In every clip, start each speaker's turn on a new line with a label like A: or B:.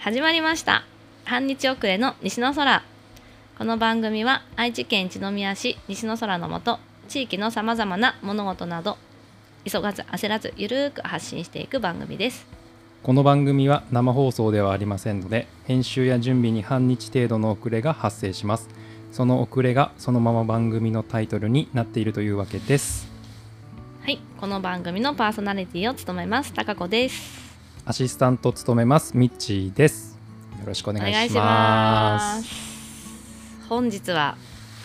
A: 始まりました半日遅れの西の空この番組は愛知県一宮市西の空の下地域のさまざまな物事など急がず焦らずゆるーく発信していく番組です
B: この番組は生放送ではありませんので編集や準備に半日程度の遅れが発生しますその遅れがそのまま番組のタイトルになっているというわけです
A: はいこの番組のパーソナリティを務めますたかこです
B: アシスタントを務めますミッチーですよろしくお願いします
A: ます本日は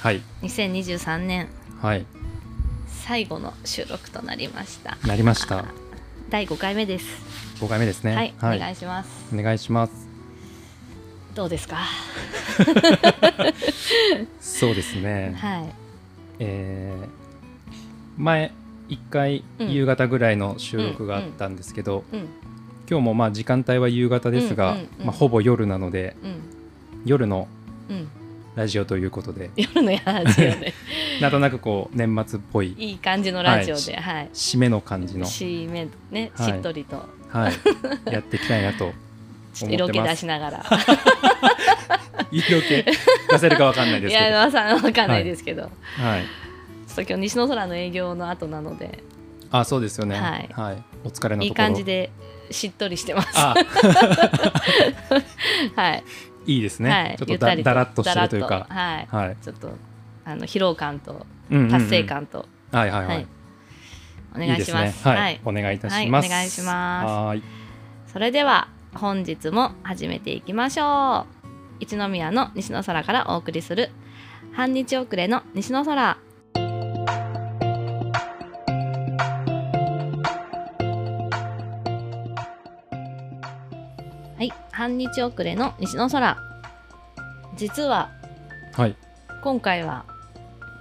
B: はい
A: 2023年
B: はい
A: 最後の収録となりました
B: なりました
A: 第5回目です、
B: 5回目ですね
A: はい、お願
B: い
A: いします
B: お願いします
A: どうですか
B: そうですね、
A: はい
B: えー前一回
A: うん
B: 夕方ぐらいの収録があったんですけど、
A: うん
B: 今日もまあ時間帯は夕方ですが、
A: うんうんうん
B: まあ、ほぼ夜なので
A: うん
B: 夜の
A: うん
B: ラジオというこ とで
A: 夜のラジオで
B: なんとなくこう年末っぽい
A: いい感じのラジオではい、
B: 締めの感じの、
A: しめね、
B: はい
A: しっとりと
B: はい、やっていきたいなと
A: ちょっと色気出しながら
B: 色気出せるかわかんないで
A: い
B: すけ
A: や
B: ど、
A: まあさわかんないですけど、
B: はい、
A: ちょっと今日西の空の営業の後なので
B: あそうですよね、
A: はい
B: お疲れのところ
A: いい感じでしっとりしてます
B: あ
A: はい、
B: いいですね、
A: はい、
B: ちょっ
A: ゆ
B: と
A: た
B: だ
A: り
B: だらっとしてるという
A: だら
B: か
A: っとはい、
B: はい、
A: ちょっとあの疲労感と
B: うんうんうん
A: 達成感と、
B: はいはいはい、
A: はいお願いします
B: ですねはい、お願いいたしま
A: はい
B: す、
A: お願いします
B: はーい
A: それでは本日も始めていきましょう一宮の西の空からお送りする半日遅れの西の空はい半日遅れの西の空実は
B: はい
A: 今回は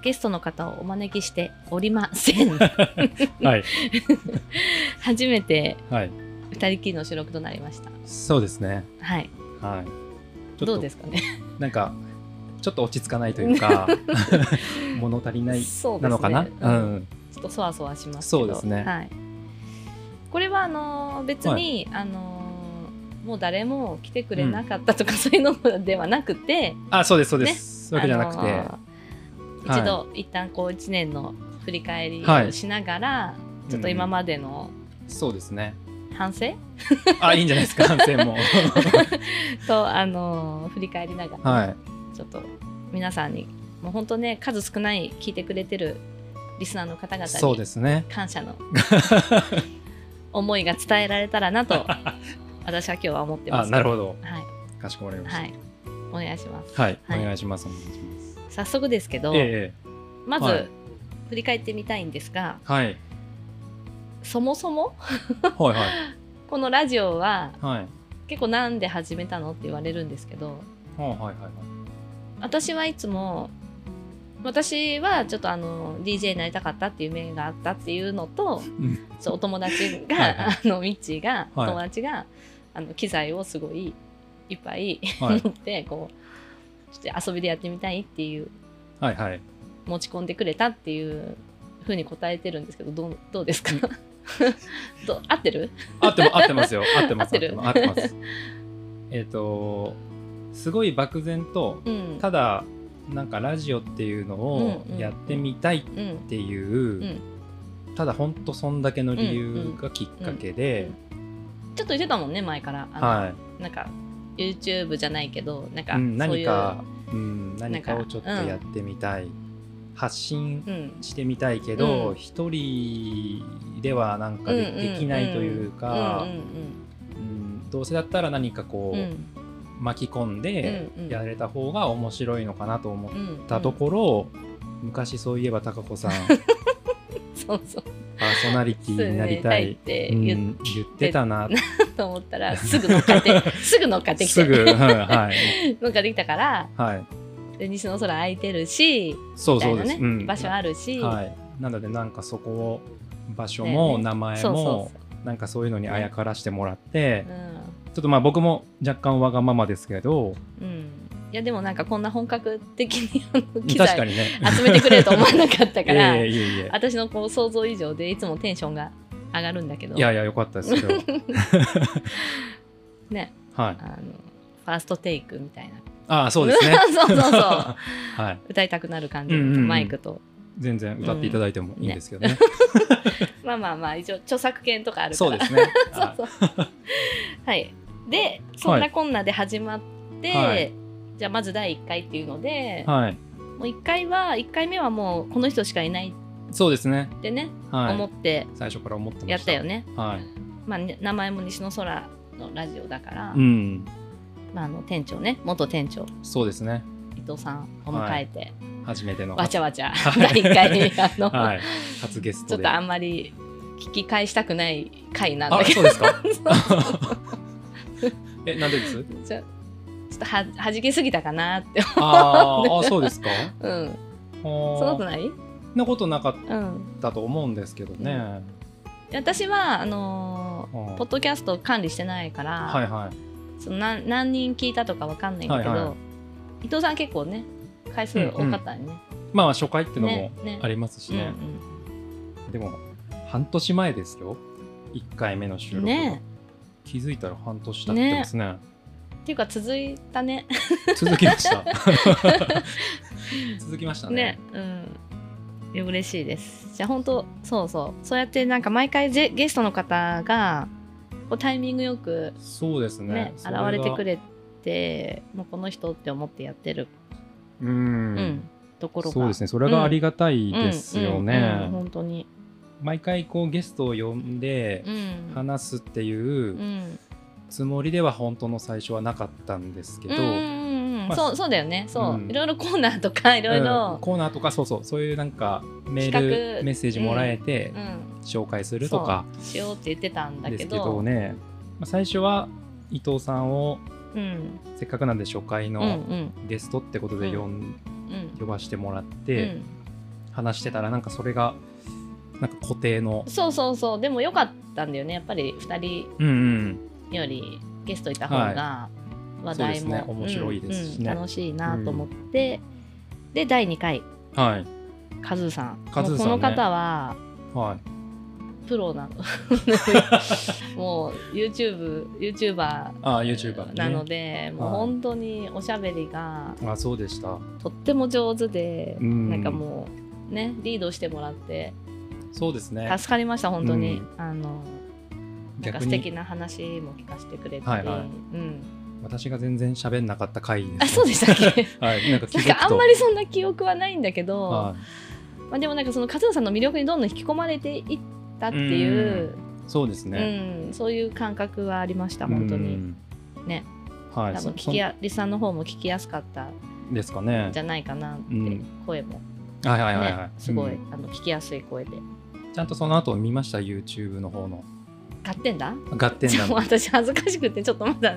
A: ゲストの方をお招きしておりません
B: はい
A: 初めて
B: はい
A: 二人きりの収録となりました
B: そうですね
A: はい
B: はいちょっと
A: どうですかね
B: なんかちょっと落ち着かないとい うか物足りない
A: そうですね
B: なのかな、う
A: うん
B: ん
A: ちょっとそわそわしますけど
B: そうですね
A: はい、これはあのー別に、あのーもう誰も来てくれなかったとか、そういうのではなくて
B: あそうですそうです、そういうわけじゃなくて、
A: あのー一度、
B: は
A: 一旦こう1年の振り返り
B: は
A: を
B: い
A: しながら、ちょっと今までの
B: そうですね
A: 反省、
B: あいいんじゃないで すか反省も
A: と、あのー振り返りながら、
B: はい
A: ちょっと皆さんにもう本当ね数少ない聞いてくれてるリスナーの方々に
B: そうですね
A: 感 謝の思いが伝えられたらな と私は今日は思ってま
B: あ
A: す。
B: なるほど
A: はい、
B: かしこまりました
A: はい、お願いします。
B: はい、
A: はい
B: お願いしますお願いします
A: 早速ですけど、
B: ええ
A: まず、
B: はい
A: 振り返ってみたいんですが、
B: はい
A: そもそも
B: はいはい
A: このラジオは
B: はい
A: 結構なんで始めたのって言われるんですけど、
B: はいはいはい
A: 私はいつも私はちょっとあの DJ になりたかったっていう夢があったっていうのと、
B: ん
A: そうお友達が
B: はいは
A: あのミッチーが、
B: はい
A: 友達があの機材をすごいいっぱい
B: はい
A: 持ってこうちょっと遊びでやってみたいっていう
B: はいはい
A: 持ち込んでくれたっていうふうに答えてるんですけどどうどうですか どう合ってる
B: 合っても合ってます よ合ってま
A: 合
B: す
A: ってる
B: 合ってますえっとすごい漠然と
A: うん
B: ただなんかラジオっていうのを
A: うんうん
B: やってみたい
A: うん
B: っていう、ただほんとそんだけの理由がきっかけで、
A: ちょっと言ってたもんね前からあの、
B: はい
A: なんか YouTube じゃないけどなんか
B: うん、
A: そうい
B: 何
A: う
B: かうん、
A: なん
B: 何
A: か
B: かをちょっとやってみたい、発信
A: うん
B: してみたいけ
A: う
B: ど
A: ん
B: 一、人ではなんかで,、
A: うんうんうん
B: きないという
A: う
B: か、
A: ん
B: うんどうせだったら何かこ
A: うんうん
B: う、
A: うん
B: 巻き込んで
A: うんうん
B: やれた方が面白いのかなと思っ
A: うん
B: たところ、昔そういえば貴 子さん
A: そうそう
B: パーソナリティになりたい
A: っ。て
B: うん
A: 言っ
B: 言ってたな
A: たと思ったら、すぐ乗っか ってすぐ乗っかってき
B: すぐ、
A: て
B: うんはい、
A: 乗っかってきたから
B: はい、
A: で西の空空いてるし
B: そう
A: みた
B: そ
A: いうな
B: です、
A: ね、
B: うん
A: 場所あるし、
B: はい、なのでなんかそこを場所
A: だよ
B: も
A: ね
B: 名前
A: そうそ
B: も
A: う
B: なんかそういうのにあやからしてもらって
A: そう、
B: ちょっとまあ僕も若干わがままですけど
A: うんうん、いやでもなんかこんな本格的に あの機
B: 確か
A: 材
B: にね
A: 集めてくれると思わなかった
B: いえ
A: か
B: い
A: ら、
B: えいえいえ
A: 私のこう想像以上でいつもテンションが上がるんだけど
B: いやいやよかったですけど
A: ね
B: はい
A: あのファーストテイクみ たいな
B: ああそうで すね
A: そうそうそう
B: はい
A: 歌いたくなる感じ
B: うんうんう
A: の
B: ん
A: マイクと、
B: 全然歌っていただいてもいいんですけどね,、
A: まあまあまあ一応著作権とかあるか
B: そう
A: ら
B: ですね
A: そうそう はいでそんなこんなで始まって、
B: はい
A: じゃあまず第1回っていうので、
B: はい
A: もう1回は1回目はもうこの人しかいない
B: そうですね
A: ってね、
B: は
A: 思
B: い
A: って
B: 最初から思ってました
A: やったよね、
B: はい
A: まあ、ね名前も西の空のラジオだから、
B: うん
A: まあ、あの店長ね元店長
B: そうですね
A: 伊藤さんを迎えて、
B: 初めての
A: わちゃわちゃ、
B: はい
A: 第1回あの、
B: はい初ゲス
A: ちょ
B: ト
A: っ
B: で
A: とあんまり聞き返したくない回なんだ
B: あ
A: け
B: そ うですか えなんでです
A: どちょちょっとははじけすぎたかなって、
B: あーあそうで すかあ
A: うん、そんなこと
B: ー
A: ない、う
B: そんなことなかっ
A: ん、
B: たと思うんですけどね、
A: 私はあのー
B: うん
A: ポッドキャストを管理してないから、
B: はいはい
A: その何何人聞いたとかわかんないんだけど、
B: はいは
A: 伊藤さん結構ね回数多かったよね。
B: まあ初回ってのも
A: ねね
B: ありますし
A: うん
B: ねでも半年前ですよ1回目の収
A: うん
B: 録、
A: ね
B: 気づいたら半年経ってますね
A: えっていうか続いたね。
B: 続きまし た 続きました
A: ね
B: ね
A: うんいや嬉しいです。じゃあ本当そうそうそうやってなんか毎回ゲゲストの方がこうタイミングよく、
B: そうですね
A: ね
B: そ
A: 現
B: が
A: れてくれてもうこの人って思ってやってる、
B: う、
A: うんんところが
B: そうですねそれがありがたい
A: うん
B: ですよ
A: うんうん
B: ね
A: 本当に。
B: 毎回こうゲストを呼んで
A: うん
B: 話すっていううんつもりでは本当の最初はなかったんですけど、
A: うんうんうん
B: まあ
A: そうそうだよねそう、
B: うん
A: いろいろコーナーとか いろい
B: うん
A: ろ、
B: コーナーとかそうそうそういうなんかメー
A: 企
B: ル
A: 画
B: メッセージもらえて
A: うん
B: 紹介するとか
A: そうしようって言ってたんだ
B: で
A: け
B: す
A: ど
B: けどね、まあ、最初は伊藤さんを
A: うん、
B: せっかくなんで初回
A: うんうん
B: のゲストってことで呼,、
A: う
B: ん、
A: ん
B: 呼ばしてもらっ
A: う
B: て
A: ん
B: 話してたらなんかそれがなんか固定の
A: そうそうそうでもよかったんだよねやっぱり2人
B: うんうん
A: よりゲストいた方が話題も、
B: そうですね面白いですしね
A: うんうん楽しいなと思って、で第2回
B: はい
A: カズーさん
B: カズーさんね
A: もうこの方は
B: はい
A: プロ なのもう YouTube YouTuber
B: あ YouTuber ね
A: なので、もう
B: はい
A: 本当におしゃべりが
B: あそうでした
A: とっても上手で、
B: うん
A: なんかもうねリードしてもらって
B: そうですね
A: 助かりました本当に、
B: う
A: あのなんか
B: 逆
A: 素敵
B: に
A: な話も聞かせてくれて、
B: はいはい
A: うん、
B: 私が全然喋んなかった回ですね、
A: あそうで したっけ
B: はいなんか気
A: なん
B: づくと
A: かあんまりそんな記憶はないんだけど、
B: はい
A: まあ、でもなんかその勝野さんの魅力にどんどん引き込まれていったっていう、
B: そうです
A: うん
B: ね、
A: そういう感覚はありました本当に、
B: うん
A: ね
B: はい
A: 多分
B: そ
A: 聞きやリスナーの方も聞きやすかった
B: そですかね
A: んじゃないかなって、
B: うん
A: 声も、ね
B: はいはいはいはい、
A: すごい、
B: うん
A: あの聞きやすい声で
B: ちゃんとその後見ました YouTube の方の
A: 買ってんだ
B: 合点
A: ちょ
B: だ
A: っと私恥ずかしくてちょっとまだ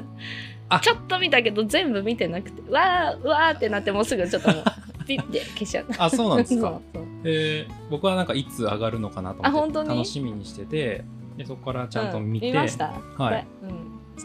B: あ
A: ちょっと見たけど全部見てなくてわーわーってなってもうすぐちょっとも うピッて消しちゃった
B: あそうなんですか
A: そうそう
B: えー僕はなんかいつ上がるのかなと思って
A: あ本当に
B: 楽しみにしててでそこからちゃんと見て、
A: うん見ました
B: はい、
A: これうん、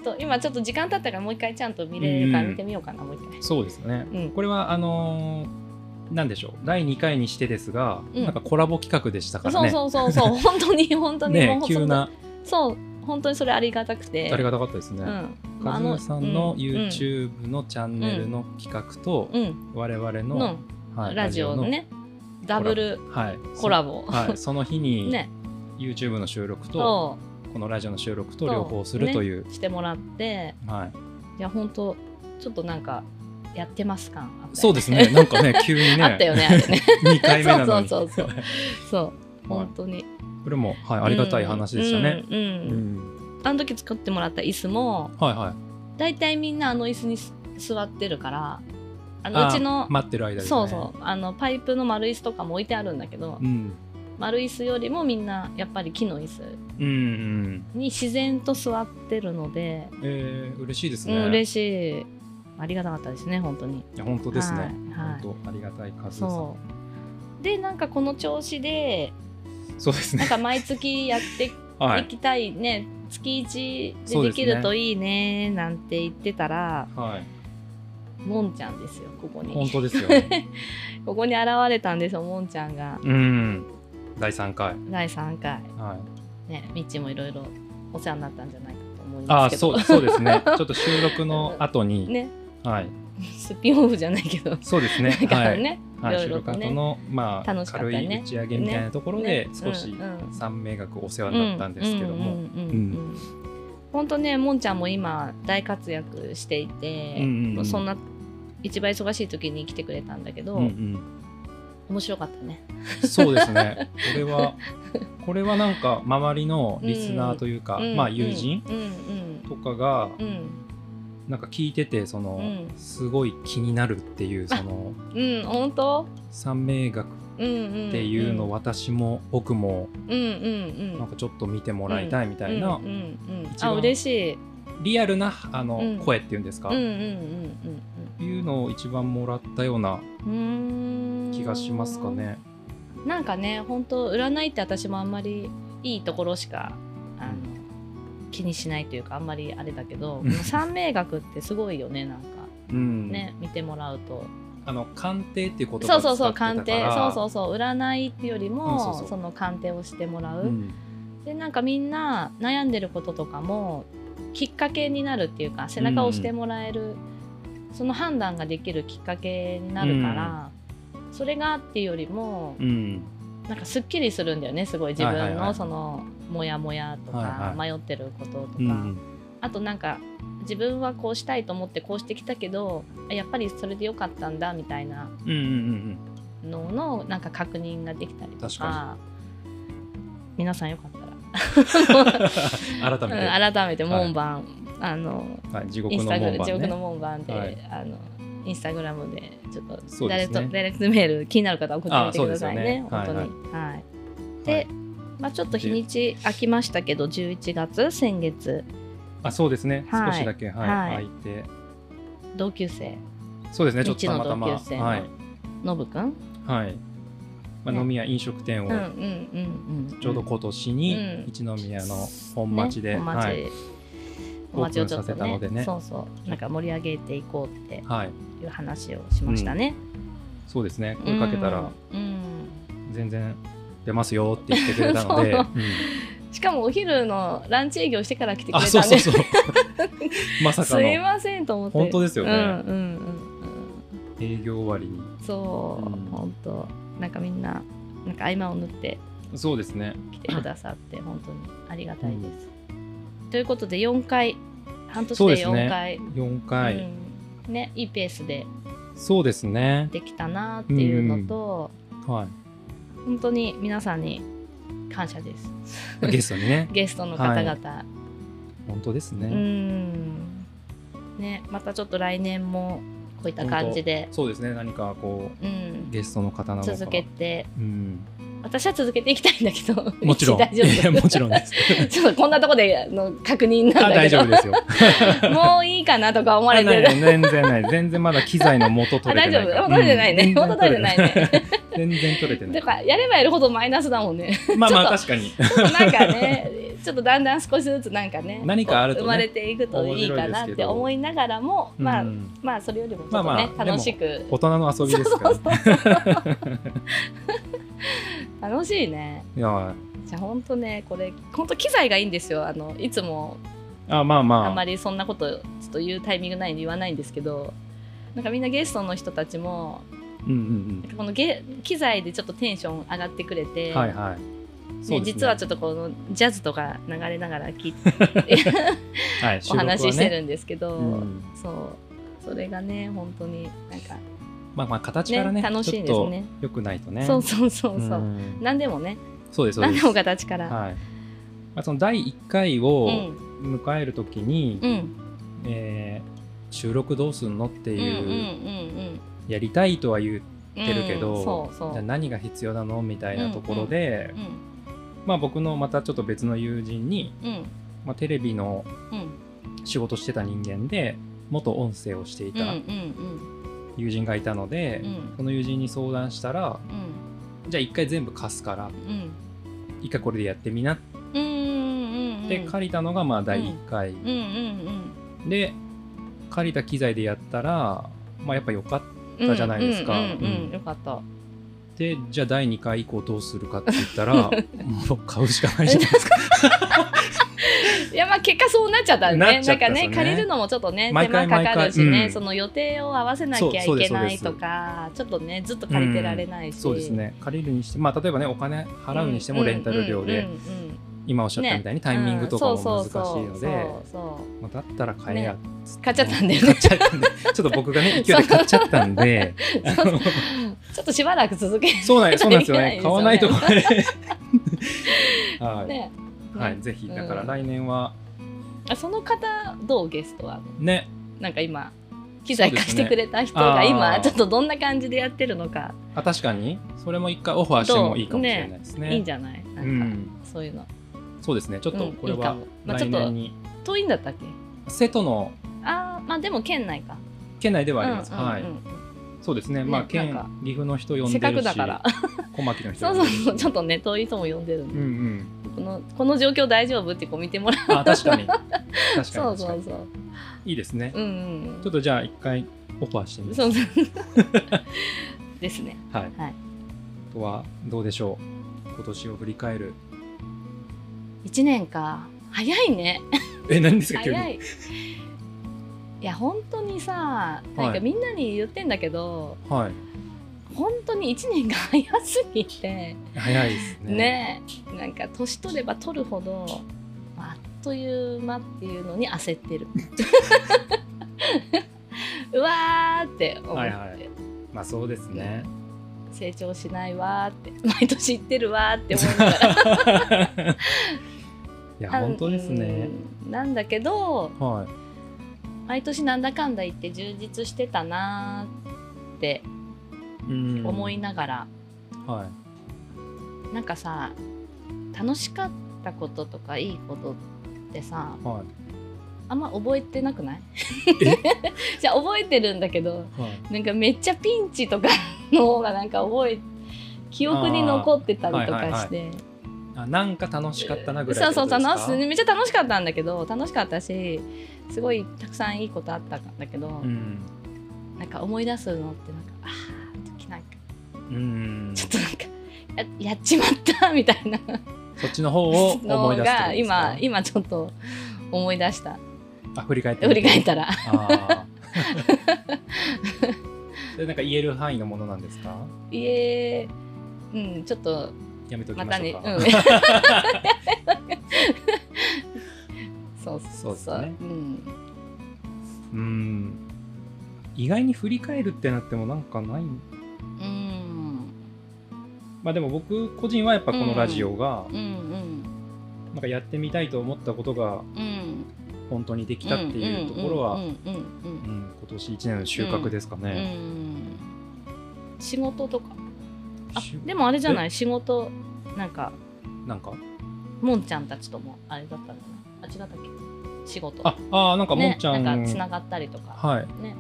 A: ちょっと今ちょっと時間経ったからもう一回ちゃんと見れるから
B: うん
A: 見てみようかな、もう一回
B: そうですね、
A: うん
B: これはあのーなんでしょう第2回にしてですが、
A: うん
B: なんかコラボ企画でしたから
A: そう
B: ね
A: そうそう そう本当に本当に
B: ね
A: もうそん
B: 急な
A: そう本当にそれありがたくて
B: ありがたかったですね、
A: う
B: カ
A: ん
B: ズ
A: まああ
B: ーさんの
A: うん
B: YouTube のチャンネルの企画と、
A: うん、
B: 我々
A: う
B: の
A: ん、
B: は
A: の
B: い
A: ラジオのねダ
B: ラ
A: ブル
B: はい、
A: コラボ、
B: はい、その日 に
A: ね
B: YouTube の収録と、
A: と
B: このラジオの収録と両方するという、
A: してもらって
B: はい、
A: いや本当ちょっとなんかやってます感あったよね
B: そうで すね、なんかね、急にね、
A: あったよねあれね
B: 2回目なのに、
A: そう そうそうそう本当に、
B: これも、はい、ありがたい話でしたね。
A: うん、うん
B: う
A: うん
B: ん
A: あの時作ってもらった椅子も
B: はいはい
A: 大体みんなあの椅子にす座ってるからあの
B: あ
A: うちの、
B: 待ってる間ですね。
A: そうそうあのパイプの丸椅子とかも置いてあるんだけど、
B: うん、
A: 丸椅子よりもみんなやっぱり木の椅子
B: うん、うん、
A: に自然と座ってるので、
B: えー、嬉しいです
A: う
B: ね。
A: ん、
B: し
A: 嬉しいありがたかったですね本当に
B: いや本当ですね。
A: はいはい
B: 本当ありがたい数さん。そ
A: そうでなんかこの調子で
B: うです
A: なん
B: ね。
A: か毎月やって
B: はいい
A: きたいね、月一
B: そう
A: でで
B: で
A: すき
B: ね
A: るといいねなんて言ってたら、
B: はい、
A: もんちゃんですよここ
B: 本
A: に
B: 当です よ、ね。
A: ここに現れたんですよもんちゃんが
B: うん、第三回、
A: 第3回
B: は
A: ねみっちーもいろいろお世話になったんじゃないかと思思うんで
B: あ
A: す
B: あ
A: けど
B: そうそうですねちょっと収録の後 に、
A: ね
B: はい
A: スピンオフじゃないけど、
B: そうですね
A: だか
B: は
A: ら
B: い、
A: ね、
B: はいい、
A: ろいろ
B: 収
A: と
B: 録後
A: ね
B: の、まあ、
A: 楽しかった
B: 軽
A: ね
B: い打ち上げみたいなところで、
A: ね
B: 少し
A: うんうん
B: 三名学お世話になったんですけども、
A: うんうんうんうん本当ねもんちゃんも今大活躍していて、
B: うんうんうん
A: そんな一番忙しい時に来てくれたんだけど、
B: うんうん
A: 面白かったね。
B: そうですねこれは これはなんか周りのリスナーというか、
A: うん
B: まあ、友人
A: うん
B: とかが
A: うんうん
B: なんか聞いててその、
A: うん
B: すごい気になるっていうその
A: うん、うん、本当、
B: 三名学っ
A: うんうん、
B: ていうの、私も僕も
A: うんうんうん、
B: なんかちょっと見てもらいたいみたいな、
A: うんうんうん、
B: 一
A: あ
B: 番
A: 嬉しい、
B: リアルなあの、
A: うん
B: 声っていうんですか、
A: うんうん
B: っ
A: うん
B: ていうのを一番もらったような
A: うんうん、うーん
B: 気がしますかね。
A: なんかね本当占いって私もあんまりいいところしかあの気にしないというかあんまりあれだけど
B: う ん
A: 三名学ってすごいよねなんか
B: うん
A: ね、見てもらうと
B: あの鑑定っていう言葉
A: そ
B: を
A: う
B: 使
A: そ
B: っ
A: う
B: て
A: そう
B: たから
A: 鑑定そうそううそう占いっていうよりも、
B: うんそ
A: そう
B: そう
A: の鑑定をしてもらう、
B: ん
A: でなんかみんな悩んでることとかもきっかけになるっていうか背中を押してもらえる、その判断ができるきっかけになるから、それがっていうよりも、
B: うん
A: なんかすっきりするんだよねすごい自分の、
B: はいはいはい
A: そのモヤモヤとか、
B: はいは
A: 迷ってることとか、
B: うん
A: あとなんか自分はこうしたいと思ってこうしてきたけどあやっぱりそれでよかったんだみたいな
B: うんうんうん
A: ののなんか確認ができたりとか
B: 確か
A: 皆さんよかったら、
B: うん改めて、
A: うん改めて門番、あの
B: はい、地獄
A: イン
B: の
A: ス
B: 門
A: タグラム、地
B: 番
A: 獄の
B: ね
A: 門番で、
B: はい
A: あのインスタグラムでちょっ
B: そ
A: と
B: う
A: ダイレ
B: です
A: ク
B: ね
A: ト、ダイレクトメール気になる方は送ってみてくださいね
B: あ
A: 本
B: そ
A: 当
B: う
A: に
B: ですよね
A: はい、で、
B: はい
A: まあ、ちょっと日にち空きましたけど11月先月
B: あそうですね、
A: はい
B: 少しだけはい、
A: はい
B: 空いて
A: 同級生
B: そうですねちょっ
A: 日
B: とた
A: の
B: またま
A: 同級生の
B: はい
A: ノブくん
B: はい、まあ、
A: ね
B: 飲み屋飲食店を、
A: うんうんうんうん
B: ちょうど今年に、
A: うん
B: 一宮の本町で、
A: ね、お
B: は
A: 待
B: い、
A: ち、お待ちをちょっと
B: オープンさせたの
A: ね
B: でね
A: そうそうなんか盛り上げていこうって
B: はい、
A: いう話をしましたね、
B: そうですね声かけたら
A: うん
B: 全然出ますよって言ってくれたので、
A: そう
B: うん
A: うんしかもお昼のランチ営業してから来てく
B: あ
A: れ
B: そう
A: たん
B: そう
A: で
B: そうまさか
A: すい
B: の
A: ませんと思って
B: 本当ですよね
A: うんうんうん
B: 営業終わりに
A: うんそう、
B: うん
A: 本当なんかみんななんか合間を縫って
B: そうですね
A: 来てくださって本当にありがたいです。ということで4回半年
B: そうで
A: です4
B: ね
A: 回、
B: 4回、
A: うんね、いいペースで
B: そうですね
A: できたなっていうのと、
B: は
A: 本当に皆さんに感謝です
B: いゲストに ね
A: ゲストの方々、
B: 本当です
A: う
B: ね、
A: んね、またちょっと来年もこういった感じで、
B: そうですね何かこ
A: う、
B: うんゲストの方なのか
A: 続けて
B: うん、
A: 私は続けていきたいんだけど
B: もちろん
A: 大丈
B: いや
A: 夫
B: もちろんです
A: ちょっとこんなとこであの確認な
B: あ
A: んだけ
B: 大
A: ど
B: 丈夫ですよ
A: もういいかなとか思わ
B: あ
A: れて
B: ない
A: る
B: ない全然ない全然まだ機材の元取れてないか
A: あ大丈
B: ら
A: 夫元取れてないね
B: うん
A: 元取れてないね
B: 全然取れてな
A: だ
B: い
A: からやればやるほどマイナスだもんね。
B: まあまあ
A: ちょっ
B: 確かに
A: なんかね、ちょっとだんだん少しずつなんかね、
B: 何かあるとね
A: 生まれていくといいかなって思いながらも、まあ、
B: うん
A: まあそれよりもちょっとね、
B: まあまあ
A: 楽しく
B: 大人の遊びですから、ね、
A: 楽しいね。
B: いや
A: じゃあ本当ね、これ本当機材がいいんですよ。あのいつも
B: あまあまあ
A: あんまりそんなことちょっと言うタイミングないんで言わないんですけど。なんかみんなゲストの人たちも
B: うんうん
A: なんかこのゲ機材でちょっとテンション上がってくれ
B: う
A: て、
B: んはいはいそう
A: ね、
B: ですね
A: 実はちょっとこのジャズとか流れながら聞いて
B: はい
A: お話しして
B: 収
A: るんですけど、
B: 録はねうん
A: そうそれがね本当になんか、
B: まあまあ形から
A: ね、
B: ね
A: 楽しいですね
B: ちょっと良くないとね
A: そうそうそうそう、
B: ん
A: 何でもね
B: そうですそう
A: 何
B: で
A: ですも形から、
B: はいまあ、その第1回
A: う
B: を
A: ん
B: 迎えるときに、
A: うん
B: えー収録どうすんのって
A: うんうんうん
B: いう、
A: うん
B: やりたいとは言
A: う
B: ってるけど、
A: んそうそう
B: じゃあ何が必要なのみたいなところ
A: う
B: で、
A: ん
B: まあ、僕のまたちょっと別の友人に、
A: うん
B: まあ、テレビの
A: うん
B: 仕事してた人間で元音声をしてい
A: うんうん
B: た友人がいたので、
A: うん
B: その友人に相談したらじゃあ1回全部貸すから
A: うん
B: 1回これでやってみなっ
A: うんうんうんうん
B: て借りたのがまあ第1回、
A: うんうん
B: で借りた機材でやったら、まあ、やっぱ良かっ
A: うん
B: たじゃないですか
A: うんうんうん
B: うん
A: よかった
B: てじゃあ第2回 以降どうするかって言ったらもう買うしかないじゃないですか。
A: いいやまあ結果そうなっちゃったんで
B: な
A: ね
B: っち
A: な
B: ゃっ
A: ん
B: た
A: か
B: っすね
A: ね借りるのもちょっとね手
B: 毎回
A: 間かかるし
B: 毎回う
A: ね
B: ん
A: その予定を合わせなきゃい
B: そう
A: けない
B: そうです
A: とかちょっとねずっと借りてられないし
B: そうですね借りるにしてまあ例えばねお金払うにしてもレンタル料で今おっしゃったみたいにタイミングとかも難しいのでまあだったら買えやつて
A: 買っちゃったんだよね
B: 買っちゃったんでちょっと僕がね勢いで買っちゃったんで
A: ちょっとしばらく続け
B: そうなんそうなんですよね
A: いけないですよね
B: 買わないとこれはい、
A: ね
B: はい、ぜひ
A: うん
B: だから来年は
A: あその方どうゲストは
B: ね、
A: なんか今機材貸し
B: そうです
A: てく
B: ね
A: れた人が今
B: あー
A: ちょっとどんな感じでやってるのか
B: あ確かにそれも一回オファーしてもいいかもしれないですね
A: いいんじゃないな
B: うん
A: か
B: ん、
A: そういうの
B: そうですねちょっ
A: う
B: と
A: ん
B: これ
A: いいか
B: は
A: もまあちょ
B: 来
A: っと
B: 年に、
A: 遠いんだったっけ
B: 瀬戸の
A: あーまあでも県内か
B: 県内ではあります、
A: うんうんうん
B: はいそうです
A: ね
B: ねまあ
A: なんか
B: 県岐阜の人呼んでるし
A: せっかくだから
B: 小牧の人
A: そ
B: 呼
A: うんそう
B: でるし
A: そうちょっとね遠い人も呼んでるん
B: う
A: で、
B: んうん
A: このこの状況大丈夫ってこう見てもらう
B: あ確かに確かに確 か
A: そう
B: に
A: そうそう
B: いいですね、
A: うんうんうん
B: ちょっとじゃあ一回オファーしてみます
A: そうそう ですね
B: はい、
A: はい
B: あとはどうでしょう今年を振り返る
A: 1年か早いね
B: え何ですか急に
A: 早いいや本当にさなん
B: は
A: か
B: い
A: みんなに言ってんだけど、
B: はい
A: 本当に1年が早すぎて
B: 早いですね
A: ねえなんか年取れば取るほどあっという間っていうのに焦ってる うわーって思って、
B: はいはいまあそうですね
A: 成長しないわーって毎年言ってるわーって思いなが
B: いや
A: ら
B: 本当ですね
A: うんなんだけど
B: はい
A: 毎年なんだかんだ言って充実してたなーって
B: うん
A: 思いながら、
B: はい
A: なんかさ楽しかったこととかいいことってさ
B: は
A: あんま覚えてなくない じゃあ覚えてるんだけど
B: いはい
A: なんかめっちゃピンチとかの方がなんか覚え記憶に残ってたりと
B: あーはいはい
A: か
B: はい
A: して、
B: あなんか楽しかったなぐらい
A: そうそう楽し
B: ね
A: めっちゃ楽しかったんだけど楽しかったしすごいたくさんいいことあったんだけど、
B: うん
A: なんか思い出すのってなんかああの時なんか
B: うん
A: ちょっとなんかややっちまったみたいな
B: そっちの方を思
A: の
B: い出すってこと
A: が
B: ですか
A: 今今ちょっと思い出した
B: あ振り返って
A: 振り返ったら
B: あー それなんか言える範囲のものなんですか
A: いえうんちょっと
B: やめとき
A: ま
B: ま
A: た
B: し
A: ね
B: ょう か、
A: うんそう
B: そうですね
A: うん、
B: うん意外に振り返るってなってもなんかない
A: うん
B: まあでも僕個人はやっぱこのラジオが
A: うんうん
B: なんかやってみたいと思ったことが
A: うん
B: 本当にできたっていうところは、
A: うんうんうん
B: うん今年1年の収穫ですか
A: うんうん
B: ね、
A: うん仕事とかあ
B: し
A: でもあれじゃない仕事なんか
B: なんか
A: もんちゃんたちともあれだったんだなあ違ったっけ仕事
B: ああーなんかもんちゃ
A: ね、
B: ん,、
A: なんかつながったりとか
B: はい
A: ね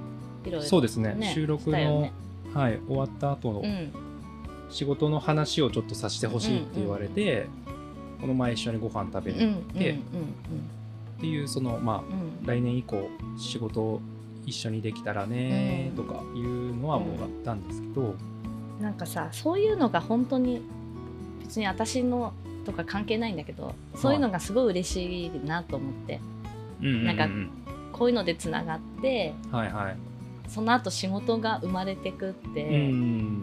A: いろいろ
B: そうですね
A: ね
B: 収録
A: したよ
B: の、
A: ね
B: はい、終わった後の
A: うん
B: 仕事の話をちょっとさせてほしいって言われて、この前一緒にご飯食べ
A: うんう
B: る
A: ん
B: で
A: うん
B: っていうそのま
A: うんうん
B: あ来年以降仕事を一緒にできたらね
A: うん
B: とかいうのはもうあったんですけど、
A: なんかさそういうのが本当に別に私のとか関係ないんだけどそういうのがすごい嬉しいなと思って、
B: うんうんうん
A: なんかこういうのでつながって
B: はいはい、
A: その後仕事が生まれてくっ
B: う
A: て
B: ん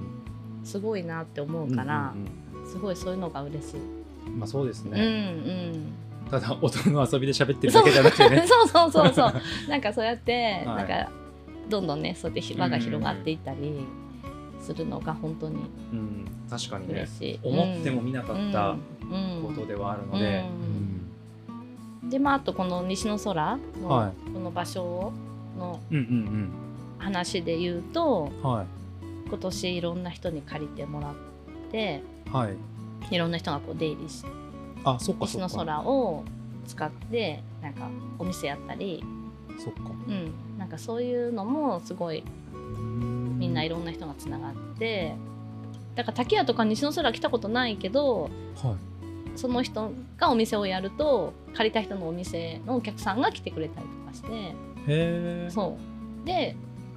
A: すごいなって思うから
B: う、ん
A: すごいそういうのが嬉しい、
B: うんまあそうです
A: うん
B: ね、ただ大人の遊びで喋ってるだけじゃなくて
A: うん
B: ね
A: そうそうそうそうなんかそうやって、
B: はい
A: なんかどんどんねそうやってひ輪が広がっていったりするのが本当に
B: うん確かにね
A: 嬉しい、
B: 思っても見なかった
A: うんうん
B: ことではあるので、
A: うんでまああとこの西の空の、
B: はい
A: この場所の
B: うん、うんうん
A: 話で言うと
B: うんは
A: 今年いろんな人に借りてもらって
B: いはい
A: いろんな人がこう出入りし
B: あそっか
A: 西
B: そ
A: の
B: っか
A: 空を使ってなんかお店やったり、
B: そっか
A: うん、なんかそういうのもすごいみ
B: み
A: んない
B: る、
A: ろんな人がつながってだから滝谷とか西の空来たことないけど
B: はい
A: その人がお店をやると借りた人のお店のお客さんが来てくれたりとかして。
B: へえ。
A: そうで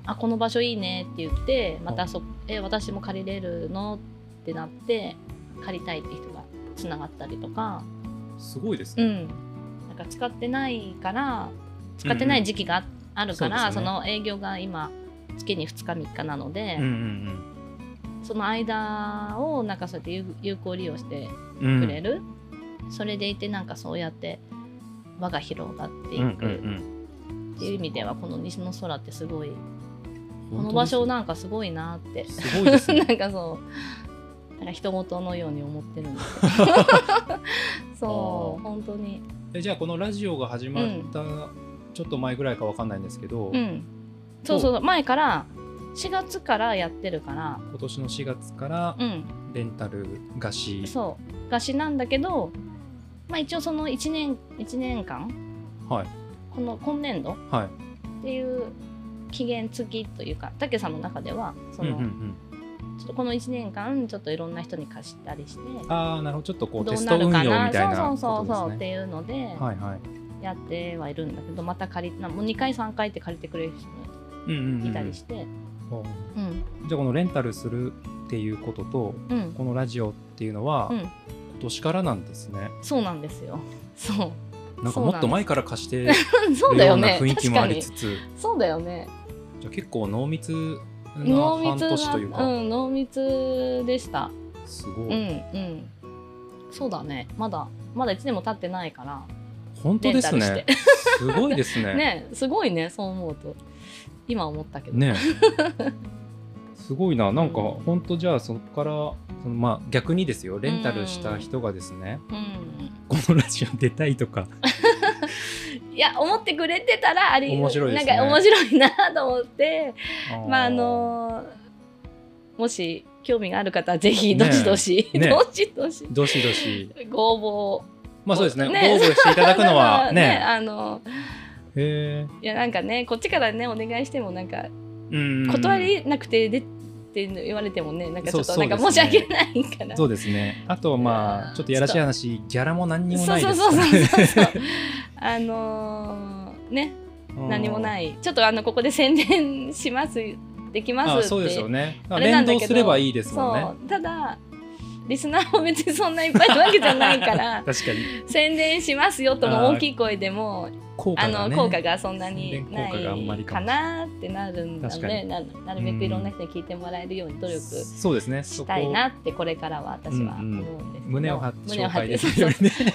A: あこの場所いいねって言ってまたそえ私も借りれるのってなって借りたいって人がつながったりとか
B: すごいです
A: う
B: ね。
A: んだか使ってないから使ってない時期がああるから、
B: そうです
A: そ
B: ね
A: の営業が今月に2日3日なので
B: うん、うん
A: その間をなんかそうやって有有効利用して
B: うんうん
A: くれる、それでいてなんかそうやって輪が広がってい
B: うんう
A: く
B: ん
A: っていう意味ではこの西の空ってすごい
B: うん
A: この場所なんかすごいなって
B: すごいです
A: な
B: ね
A: んかそうなんか人事のように思ってるん ですけどそ
B: あー
A: う本当に
B: えじゃあこのラジオが始まったちょっと前ぐらいかわかんないんですけど、
A: うんそうそうそう前から4月からやってるから
B: 今年の4月から
A: うん
B: レンタル貸し、
A: そう貸しなんだけどまあ一応その1年1年間
B: はい
A: この今年度
B: はい
A: っていう期限付きというか武さんの中ではそ
B: うんう
A: の、
B: んうん
A: ちょっとこの1年間ちょっといろんな人に貸したりして
B: ああなるほどちょっとこう
A: ど
B: テ
A: う
B: ス
A: な
B: ト運用
A: る
B: みた
A: か
B: い
A: な
B: な
A: そうそうそう
B: こ
A: そう
B: と
A: っ
B: ですね
A: ていうので
B: はいはい
A: やってはいるんだけど、また借りなもう2回3回って借りてくれる人も
B: うんうんうん
A: いたりして
B: ほう
A: うん
B: じゃあこのレンタルするっていうことと
A: うん、
B: このラジオっていうのは、
A: うん
B: 今年からなんですね
A: そうなんですよ そう
B: なんかもっと前から貸してる
A: そうだ
B: よ
A: よ
B: うな
A: ね
B: 雰囲気
A: 確
B: もあ
A: か
B: り
A: に
B: つつ
A: そうだよね
B: じゃあ結構濃密な
A: 濃
B: 半
A: 密な
B: 年というか、
A: うん濃密でした
B: すご
A: う
B: い、
A: んうんそうだねまだまだ1年も経ってないから
B: 本当です
A: レン
B: ねすごいですね
A: ねすごいねそう思うと今思ったけど、
B: ね すごいななん
A: う
B: か
A: ん
B: 本当じゃあそこからそのまあ逆にですよレンタルした人がですね、
A: うん、
B: このラジオ出たいと か
A: いや思ってくれてたらあり
B: 面白いですね
A: なんか面白いなと思ってまああ
B: ー
A: のーもし興味がある方はぜひど
B: ね
A: しどし、
B: ね
A: どしどし
B: どしどし
A: ご応募
B: まあそうですね
A: ね
B: 応募していただく のはね
A: あの
B: へ
A: い
B: え
A: やなんかねこっちからねお願いしてもなんか
B: うん
A: 断りなくてでって言われてもねなんかちょっ
B: そ
A: と
B: う
A: なんか
B: そう
A: 申
B: です
A: し
B: ね
A: 訳ないから
B: そうですねあとま
A: う
B: あ
A: ん
B: ちょっとやらしい話ギャラも何にも
A: そ
B: な
A: う
B: い
A: そ
B: で
A: う
B: す
A: そうそうそうそう
B: う
A: あのーね
B: ん
A: 何も
B: い
A: ないちょっとあのここで宣伝しますできますっ
B: あ
A: て
B: そうですよね
A: あれな
B: 連
A: んだ
B: 動
A: けど
B: すればいいですもん
A: そ
B: ね
A: うただリスナーも別にそんないっぱいいるわけじゃないか ら
B: 確かに
A: 宣伝しますよとも大きい声でも
B: 効
A: あ
B: 果が
A: の
B: ね
A: 効果がそんなに
B: 宣伝
A: な
B: 効果があんまり
A: い
B: か
A: か
B: もし
A: なってなるの
B: 確か
A: で
B: に
A: ななるべくいろんな人に聞いてもらえるように努力し
B: そうですねそこ
A: たいなってこれからは私は思うんですけど
B: 胸を張って
A: 胸を
B: 紹
A: 張っ
B: 介
A: て
B: で
A: そう
B: き
A: そ
B: る
A: う
B: よね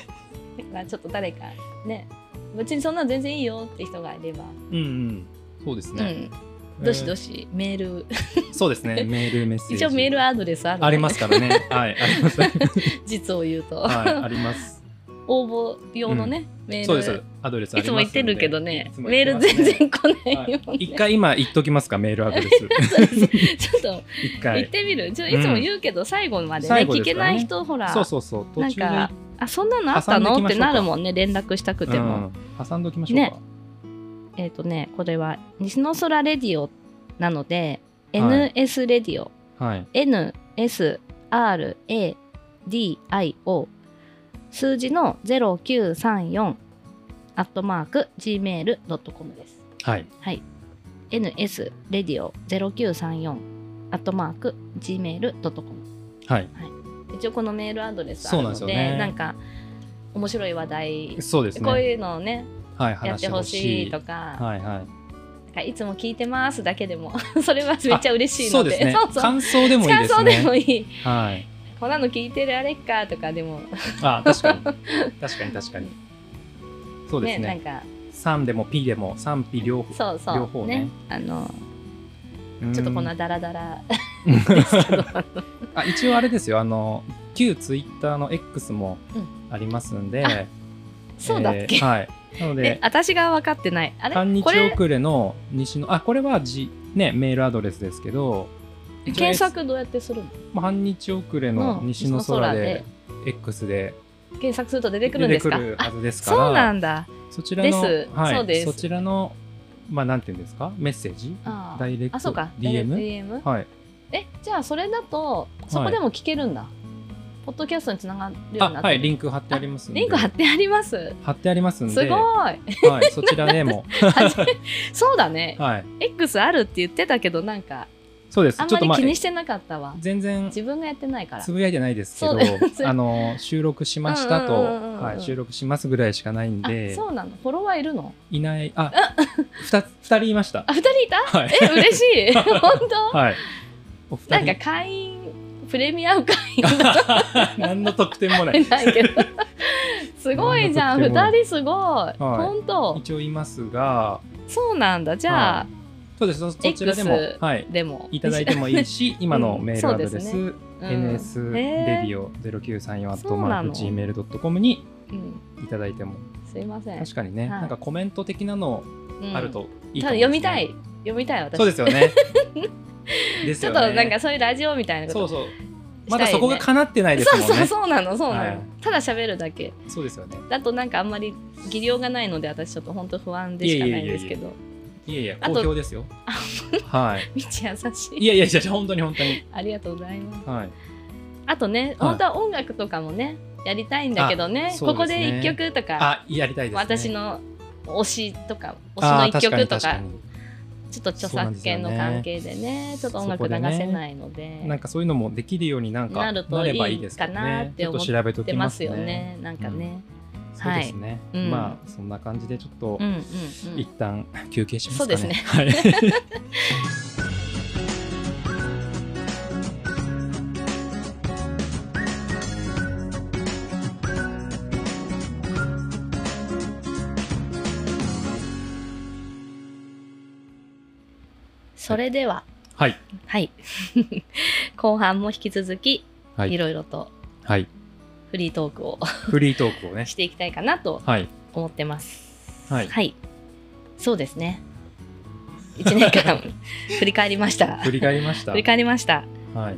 A: だからちょっと誰かね別にそんなの全然いいよって人がいれば、
B: うんうんそうです
A: う
B: ね
A: ん、どしど
B: し
A: しメール
B: そうですねメールメッセージ
A: 一応メールアドレスあるの
B: ありますからねはいありま すはい
A: 実を言うと、
B: あります
A: 応募用のね、メール
B: そうですアドレスあ
A: い
B: りま
A: つ
B: すの
A: も
B: で
A: 言ってるけどね
B: いつも
A: メー
B: 言って
A: ル
B: ますね
A: 全然来ないよね、
B: 一回今言っときますかメールアドレス
A: ちょっと
B: 一
A: 言っ
B: 回
A: てみるちょいつも言うけど、最後までね
B: 最後で
A: 聞
B: す
A: け
B: から
A: な
B: ね
A: い人ほら
B: そうそうそう途
A: なん
B: 中で
A: かあそんなのあった
B: 挟んで
A: の
B: いき
A: っ
B: ましょ
A: て
B: うか
A: なるもんね連絡したくても、
B: うん挟んでおきましょうか
A: えっ、とねこれは西の空レディオなので、
B: はい
A: NS レディオ
B: はい
A: NSRADIO 数字の0934アットマーク gmail.com です。
B: はい
A: はい。NSRadio0934 アットマーク gmail.com
B: はい
A: 一応このメールアドレスあ
B: そう
A: る
B: な
A: の
B: ん
A: で
B: です
A: な
B: よ
A: ん
B: ね
A: か面白い話題、
B: そうです
A: こう
B: ね
A: いうのをね
B: はい
A: やっ
B: 話してて
A: ほ
B: ほ
A: し
B: し
A: い
B: い
A: とか、
B: はいはい
A: なんかいつも聞いてますだけでも それはめっちゃ嬉しい
B: そ
A: の
B: うで
A: です
B: ね
A: そうそう
B: 感想でもいい
A: 感
B: です
A: 想でも
B: ね
A: いい。
B: はい
A: こんなの聞いてられっかとかでも
B: あ確かに確かに確かにそうで
A: ね
B: す
A: なん
B: ね
A: か
B: 賛でも P でも賛否両方
A: そうそう
B: 両方ね
A: あの
B: うん
A: ちょっとこんなダラダラ
B: あ一応あれですよあの旧ツイッターの X も
A: うん
B: ありますんで、
A: あそうだっけ、
B: えーはいなの
A: え
B: で
A: 私が分かってないあ
B: 半
A: れ
B: 日
A: これ
B: 遅れの西のあこれはじねメールアドレスですけど一応
A: 検索どうやってするの
B: まあ半日遅れの
A: うん
B: 西の空で
A: 西
B: X で
A: 検索すると出て
B: 出
A: くるんで
B: て
A: す
B: く
A: か
B: るは
A: あ
B: ずですから
A: そうなんだ
B: そちらの
A: です
B: はい
A: そうです
B: そちらのまあなんていうんですかメッセージ
A: あ
B: ダイレクト
A: あそうか
B: DM
A: DM
B: はい
A: えじゃあそれだとそこでも聞けるんだ、ポッドキャストにつながるようにな
B: あ
A: ってる
B: はいリンク貼ってありますんで
A: リンク貼ってあります
B: 貼ってありますんです
A: ごい
B: はい、 そちらでも
A: そうだね
B: はい
A: X あるって言ってたけどなんか
B: そうです
A: あん
B: ちょ
A: ま
B: っと
A: り
B: まあ
A: 気にしてなかったわ。
B: 全然
A: 自分がやってないから
B: つ。ぶやいてないですけ
A: そう
B: ど
A: です
B: あの収録しましたと、
A: うんうんうんうん
B: はい、収録しますぐらいしかないん
A: あ
B: で、
A: そうなの。フォロワーいるの？
B: いないあ二つ二人いました
A: あ、二人いた？
B: はい
A: え、嬉し い。本当？
B: はいお二
A: なん
B: 人
A: か会員プレミアム会員
B: 何の特典もない
A: ない けど。すごいじゃん。
B: なんか
A: 二人
B: と
A: すごい。本当。
B: 一応いますが
A: そうなんだ。じゃあ、
B: そうですそそちらでも、
A: X
B: はい、
A: でも
B: いただいてもいいし今のメールアドレ
A: そうで
B: ス、
A: す
B: ns レディオ0934
A: そうなの
B: gmail.com に
A: うん、
B: いただいても
A: すいません。
B: 確かにね、
A: はい
B: なんかコメント的なの
A: うん
B: あるといい
A: た
B: か
A: だ読
B: も
A: みた
B: で
A: い。読みたい
B: すね
A: 私。
B: そうですよ ねです
A: ちょ
B: よ
A: っ
B: ね
A: となんかそういうラジオみたいな
B: そ
A: こ
B: うそう
A: と
B: まだそこが
A: した
B: 叶ってない
A: い
B: で
A: ね
B: す
A: そう
B: もん
A: そうそう
B: ね
A: なのそうなの、
B: はい
A: ただ喋るだけ
B: そうですよね
A: だとなんかあんまり技量がないので私ちょっと本当不安でしかないんですけど
B: いやいや
A: あと
B: 好評ですよはい
A: 道優しい
B: いやいやいや本当に本当に
A: ありがとうございます
B: はい
A: あとね、本当は音楽とかもねやりたいんだけどね
B: あそう
A: ここ
B: ですね
A: で一曲とか、
B: あやりたいですね
A: 私の推しとか
B: あ
A: 推しの一曲とか
B: 確かに確か
A: ちょっと著作権の関係でねちょっと音楽
B: そこで
A: 流
B: ね
A: せないので
B: になんかそういうのもできるようになんか
A: なると
B: ればいいですけどね
A: いいかなって思っ
B: ちょっと調べと
A: 出
B: き
A: ま
B: ますす
A: よ
B: ね
A: ねなんかね、
B: そうですね、
A: はいうん
B: まあそんな感じでちょっと、
A: うん、うんうん
B: 一旦休憩しますかね。
A: そうですね
B: はい。
A: それでは
B: はい。
A: はい。 後半も引き続き、、
B: はいい。
A: ろいろと
B: はい。
A: フリートークを
B: フリートークをね。
A: していきたいかなと
B: はい。
A: 思ってます。
B: はい
A: そうですね。1年 間振り返りました。
B: 振り返りました。
A: 振り返りました。
B: はい。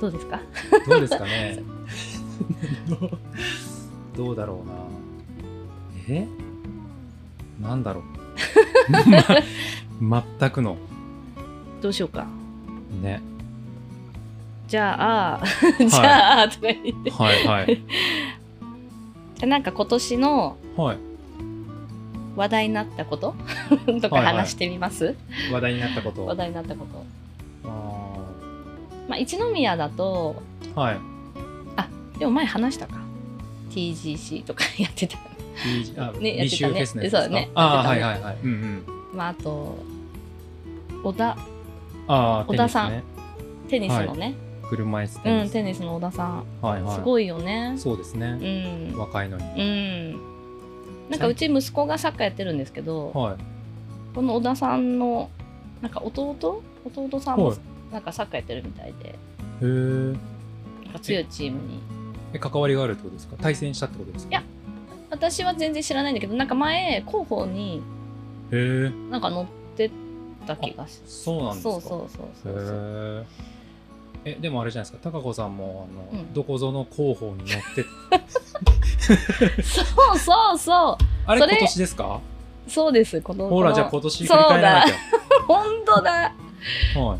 A: どうですか
B: どうですかね。 どうどうだろうな。えなん だろう。ま、全くの。
A: どうしようか。
B: ね。
A: じゃあ、 じゃあ、とか言って。
B: はいはい。
A: じゃあなんか今年の
B: はい。
A: 話題になったこととか
B: はいはい
A: 話してみます、
B: 話題になったこと。
A: 話題になったこと。
B: あ
A: まあ、一宮だと、
B: ーはい。
A: でも前話したか。TGC とかやってた。
B: B- あ
A: ね
B: B 州フェスのや
A: やってたねそう
B: つで
A: だ
B: すか
A: ね
B: あー
A: やっ
B: は
A: て
B: い
A: たね
B: はいはい。うんうん。
A: まあ、あと、小田、
B: ああ、
A: 小田さん
B: テ
A: テ
B: ニ
A: ニスのね、
B: スね。車椅子テ
A: う
B: ニ
A: ん、
B: ス。
A: テニスの小田さん、
B: はいはい。
A: すごいよね。
B: そうです
A: う
B: ね。
A: ん、
B: 若いのに。
A: うん。なんかうち息子がサッカーやってるんですけど、
B: はい。
A: この小田さんの、なんか弟弟さん
B: は
A: も
B: い
A: なんかサッカーやってるみたいで、
B: へー
A: なんか強いチームに。
B: え。関わりがあるってことですか対戦したってことですか
A: いや私は全然知らないんだけど、なんか前、広報に
B: へえ。
A: なんか乗ってた気がし
B: そうなんですか
A: そうそうそうそうそう。
B: へえ。え、でもあれじゃないですか。高子さんも、あの、
A: うん
B: どこぞの候補 に乗って、
A: そうそうそ
B: あれ
A: それ
B: 今年ですか
A: う。そうです、この。
B: ほ
A: こ
B: ら、
A: の
B: じゃあ今年振り返らなき
A: 本当だ。
B: ゃ。はい。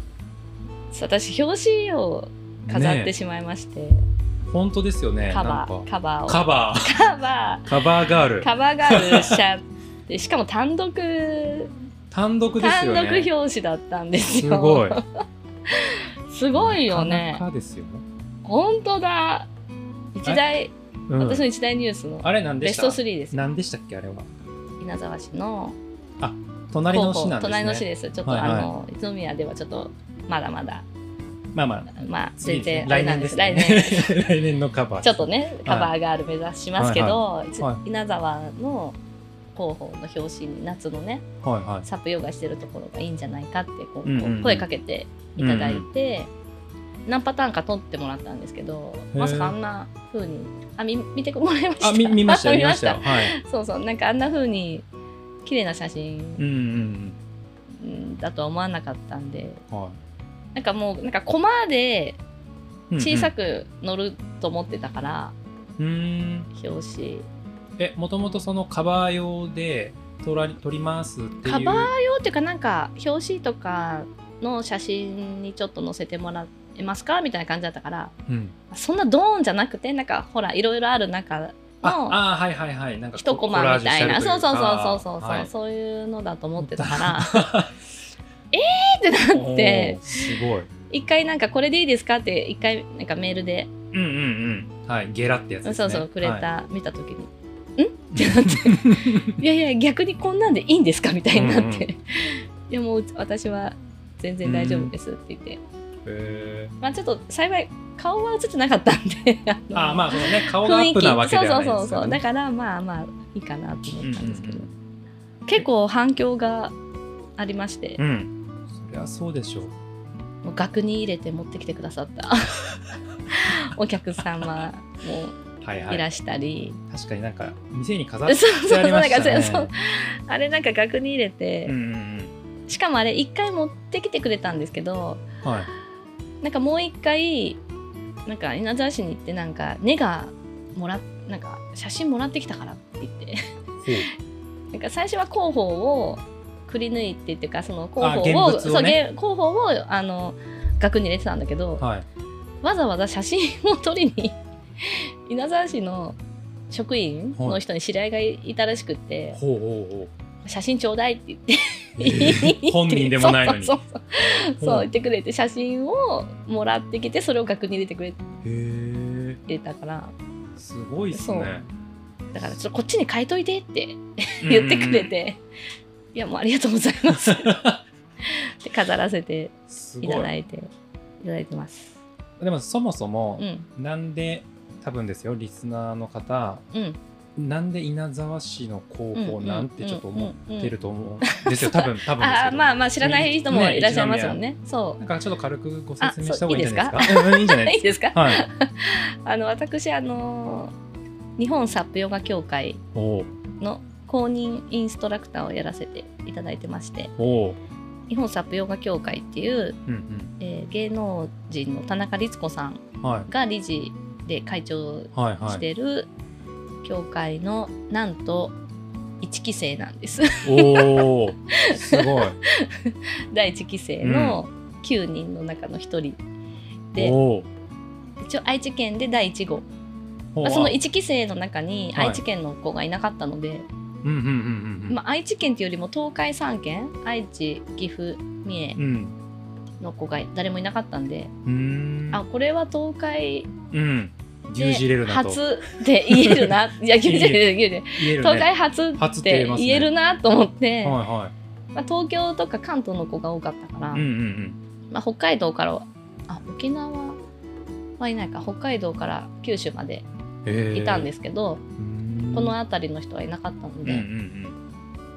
A: そう私、表紙を飾っ
B: ね
A: て
B: え
A: しまいまして、
B: 本当ですよね。
A: カ
B: な
A: バ
B: んか
A: ー、カバーを。
B: カバー。
A: カバ
B: カバーガー
A: ー、
B: ル。
A: カバーガールしちゃって、しかも単独、
B: 単独です
A: 単
B: よ
A: 独
B: ね。
A: 表紙だったんです
B: す
A: よ。
B: ごい。
A: すごいよね
B: な。かなかですよ。
A: 本当だ。一大、
B: うん
A: 私の一大ニュースの
B: あれなんで
A: ベス
B: した
A: ト3です。
B: 何でしたっけあれは。
A: 稲沢市の
B: 隣の市なんですね。
A: 隣の市です。ちょっと、
B: はいはい
A: あの、宇都宮ではちょっと、まだまだ、
B: まあまあ。
A: まあ、
B: 次
A: 全然、あれ
B: 来
A: な
B: 年
A: ん
B: です、
A: 来
B: ね、
A: 年。
B: 年 来年のカバー
A: ちょっとね、カバーガール目指しますけど、いつ
B: は
A: 稲沢の広報の表紙に夏のね、
B: はいはい
A: サップヨガしてるところがいいんじゃないかってこう、
B: うんうんうん
A: こう声かけていただいて、何パターンか撮ってもらったんですけど、
B: へー
A: まさかあんな風に、あ、み見てもらいました。
B: あ見見まし た
A: あ
B: 見ましたよはい
A: たそうそう、なんかあんな風に綺麗な写
B: う
A: 真
B: んうん
A: うんだとは思わなかったんで、
B: うんは
A: なんかもう、なんかコマで
B: い
A: 小さ
B: く
A: く乗ると思ってたから、
B: うんうん
A: 表紙。
B: えもともとそのカバー用で撮ら撮りますっていう
A: カバー用っていうかなんか表紙とかの写真にちょっと載せてもらえますかみたいな感じだったから
B: うん
A: そんなドーンじゃなくてなんかほらいろいろある中の
B: ああはいはいはいなんか
A: 一コマみたいなそうそうそうそうそうそう、
B: はい
A: そういうのだと思ってたから
B: ら
A: えー ってなって
B: おーすごい。
A: 一回なんかこれでいいですかって一回なんかメールで
B: うんうんうん。はい、ゲラってやつですね。
A: そうそうくれた、
B: は
A: 見た時に「ん?」ってなって「いやいや逆にこんなんでいいんですか?」みたいになって「 いやもう私は全然大丈夫です」って言って、
B: い。へ
A: まあちょっと幸い顔は映ってなかったんで
B: ー
A: の
B: あー、まあそのね顔がアップなわけではないです
A: そう
B: よ
A: そうそうそうだ
B: ね。
A: からまあまあいいかなと思ったんですけど、
B: うん
A: 結構反響がありまして、
B: うん。そりゃそうでしょう。
A: もう額に入れて持ってきてくださった お客様も
B: はいはい
A: ら
B: い。
A: したり、
B: 確かになんか店に飾っ
A: そうそう
B: て
A: そう
B: あ
A: な
B: りま
A: ん
B: した
A: か
B: ね。
A: そうあれなんか額に入れて、
B: うんうん
A: しかもあれ一回持ってきてくれたんですけど
B: うん。はい。
A: なんかもう一回なんか稲沢市に行ってなんか根がもらなんか写真もらってきたからって言って
B: ほう
A: なんか最初は広報をくり抜いてっていうかその広
B: あ現
A: 報を
B: 物
A: そ
B: を
A: う
B: ね
A: げ広報をあの額に入れてたんだけど、
B: はい。
A: わざわざ写真を撮りに 稲沢市の職員の人に知り合いがいたらしくって
B: ほうほうほ
A: 「
B: う。
A: 写真ちょうだ い」って言って
B: 本人でもないの に。
A: そうそうそうそう
B: ほう
A: 言ってくれて写真をもらってきてそれを額に入れてくれ
B: へえ。
A: てたから
B: すごいっすね。
A: だからちょっとこっちに変えといてって
B: う
A: 言っ
B: ん
A: てくれ
B: うんうん。
A: て「いやもうありがとうござい ます」って飾らせて
B: す
A: いた
B: ご
A: だ
B: い。
A: いていただいてます。
B: でもそもそも
A: うん
B: なんで多分ですよリスナーの方
A: うん。
B: なんで稲沢市の広報なんてちょっと思ってると思うんですよ
A: うん
B: 多分多分です
A: あ
B: け
A: あ
B: ど
A: まあまあ知らない人もいらっしゃいますもんね。
B: な
A: そ
B: んかちょっと軽くご説明した方がいいんじゃない
A: あ
B: ですかうんうんいいんじゃな
A: う。い
B: い
A: いです か。
B: はい
A: あの私あのー日本サップヨガ協会
B: おお
A: の公認インストラクターをやらせていただいてまして、
B: おお
A: 日本サップヨガ協会っていう、
B: うん
A: えー芸能人の田中律子さん
B: うんはい
A: が理事で会長
B: はいは
A: し
B: い
A: てる協会のなんと1期生なんです。
B: おおすごい
A: 第1期生の9人の中の1人 で、
B: お
A: 一応愛知県で第1号
B: お
A: まあその1期生の中に
B: はい
A: 愛知県の子がいなかったので、
B: うんうんうんうん
A: まあ、愛知県っていうよりも東海3県愛知岐阜三重
B: うん
A: の子が誰もいなかったんで、
B: うーん
A: あこれは東海
B: うん牛
A: で
B: 耳れるなと
A: 初で言えるな いや牛耳れる牛耳れる
B: 言えるね
A: 東海初
B: 初
A: っ
B: って言
A: て
B: えますね
A: 言えるなと思って
B: はいは
A: まあ、東京とか関東の子が多かったから、
B: いうんうん
A: まあ、北海道からあ沖縄はいないか北海道から九州まで
B: うん
A: いたんですすけど、この辺りの人はいなかったの
B: うんう
A: で、
B: んうん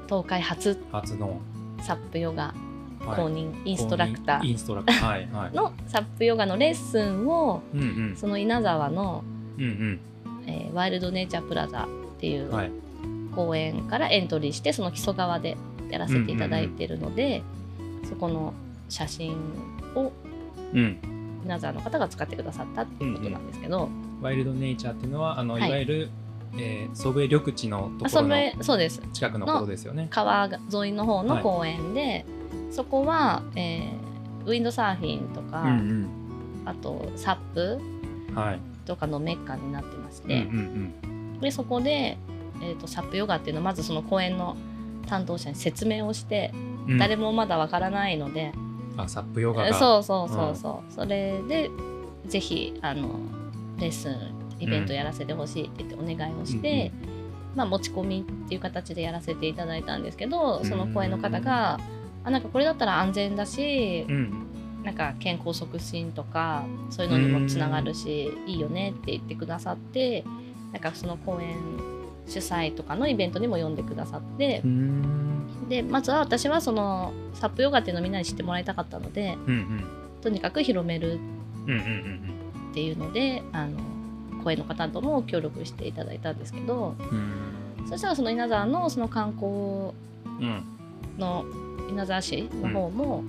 A: 東海初
B: 初の
A: サップヨガ
B: はい
A: 公認インストラクタ
B: イ
A: ー
B: ンストラクターはいは い
A: のサップヨガのレッスンを
B: うんうん
A: その稲沢の、
B: うん
A: えーワイルドネイチャープラザっていううん
B: はい
A: 公演からエントリーしてその木曽川でやらせていただいてるので、そこの写真を
B: うん
A: 稲沢の方が使ってくださったっていうことなんですけど、
B: ワイルドネイチャーっていうのはあの、
A: はい
B: い、わゆる、えー、祖父江緑地の
A: あ
B: とこ
A: そ
B: ろの
A: れそうです
B: 近くのことですよね。
A: 川沿いの方の公園で、そこは、えーウィンドサーフィンとか、
B: うん
A: あとサップ
B: うん、はい。
A: とかのメッカになってまし
B: うんう
A: て、
B: ん
A: でそこで、えー、とサップヨガっていうのはまずその公園の担当者に説明をして、
B: うんうん。
A: 誰もまだわからないので、
B: あサップヨガ
A: え
B: が。
A: そうそうそうそう、それでぜひあのレッスンイベントやらせてほしいって言ってお願いをして、まあ、持ち込みっていう形でやらせていただいたんですけどその声の方が「あなんかこれだったら安全だし
B: う、ん。
A: なんか健康促進とかそういうのにもつながるし、いいよねって言ってくださってなんかその公演主催とかのイベントにも呼んでくださって
B: うー、ん
A: でまずは私はそのサップヨガっていうのをみんなに知ってもらいたかったので
B: うんうん
A: とにかく広める
B: うんうんうん
A: っていうのであの声の方とも協力していただいたんですけど
B: うん
A: そしたらその稲沢のその観光
B: うん
A: の稲沢市の方も、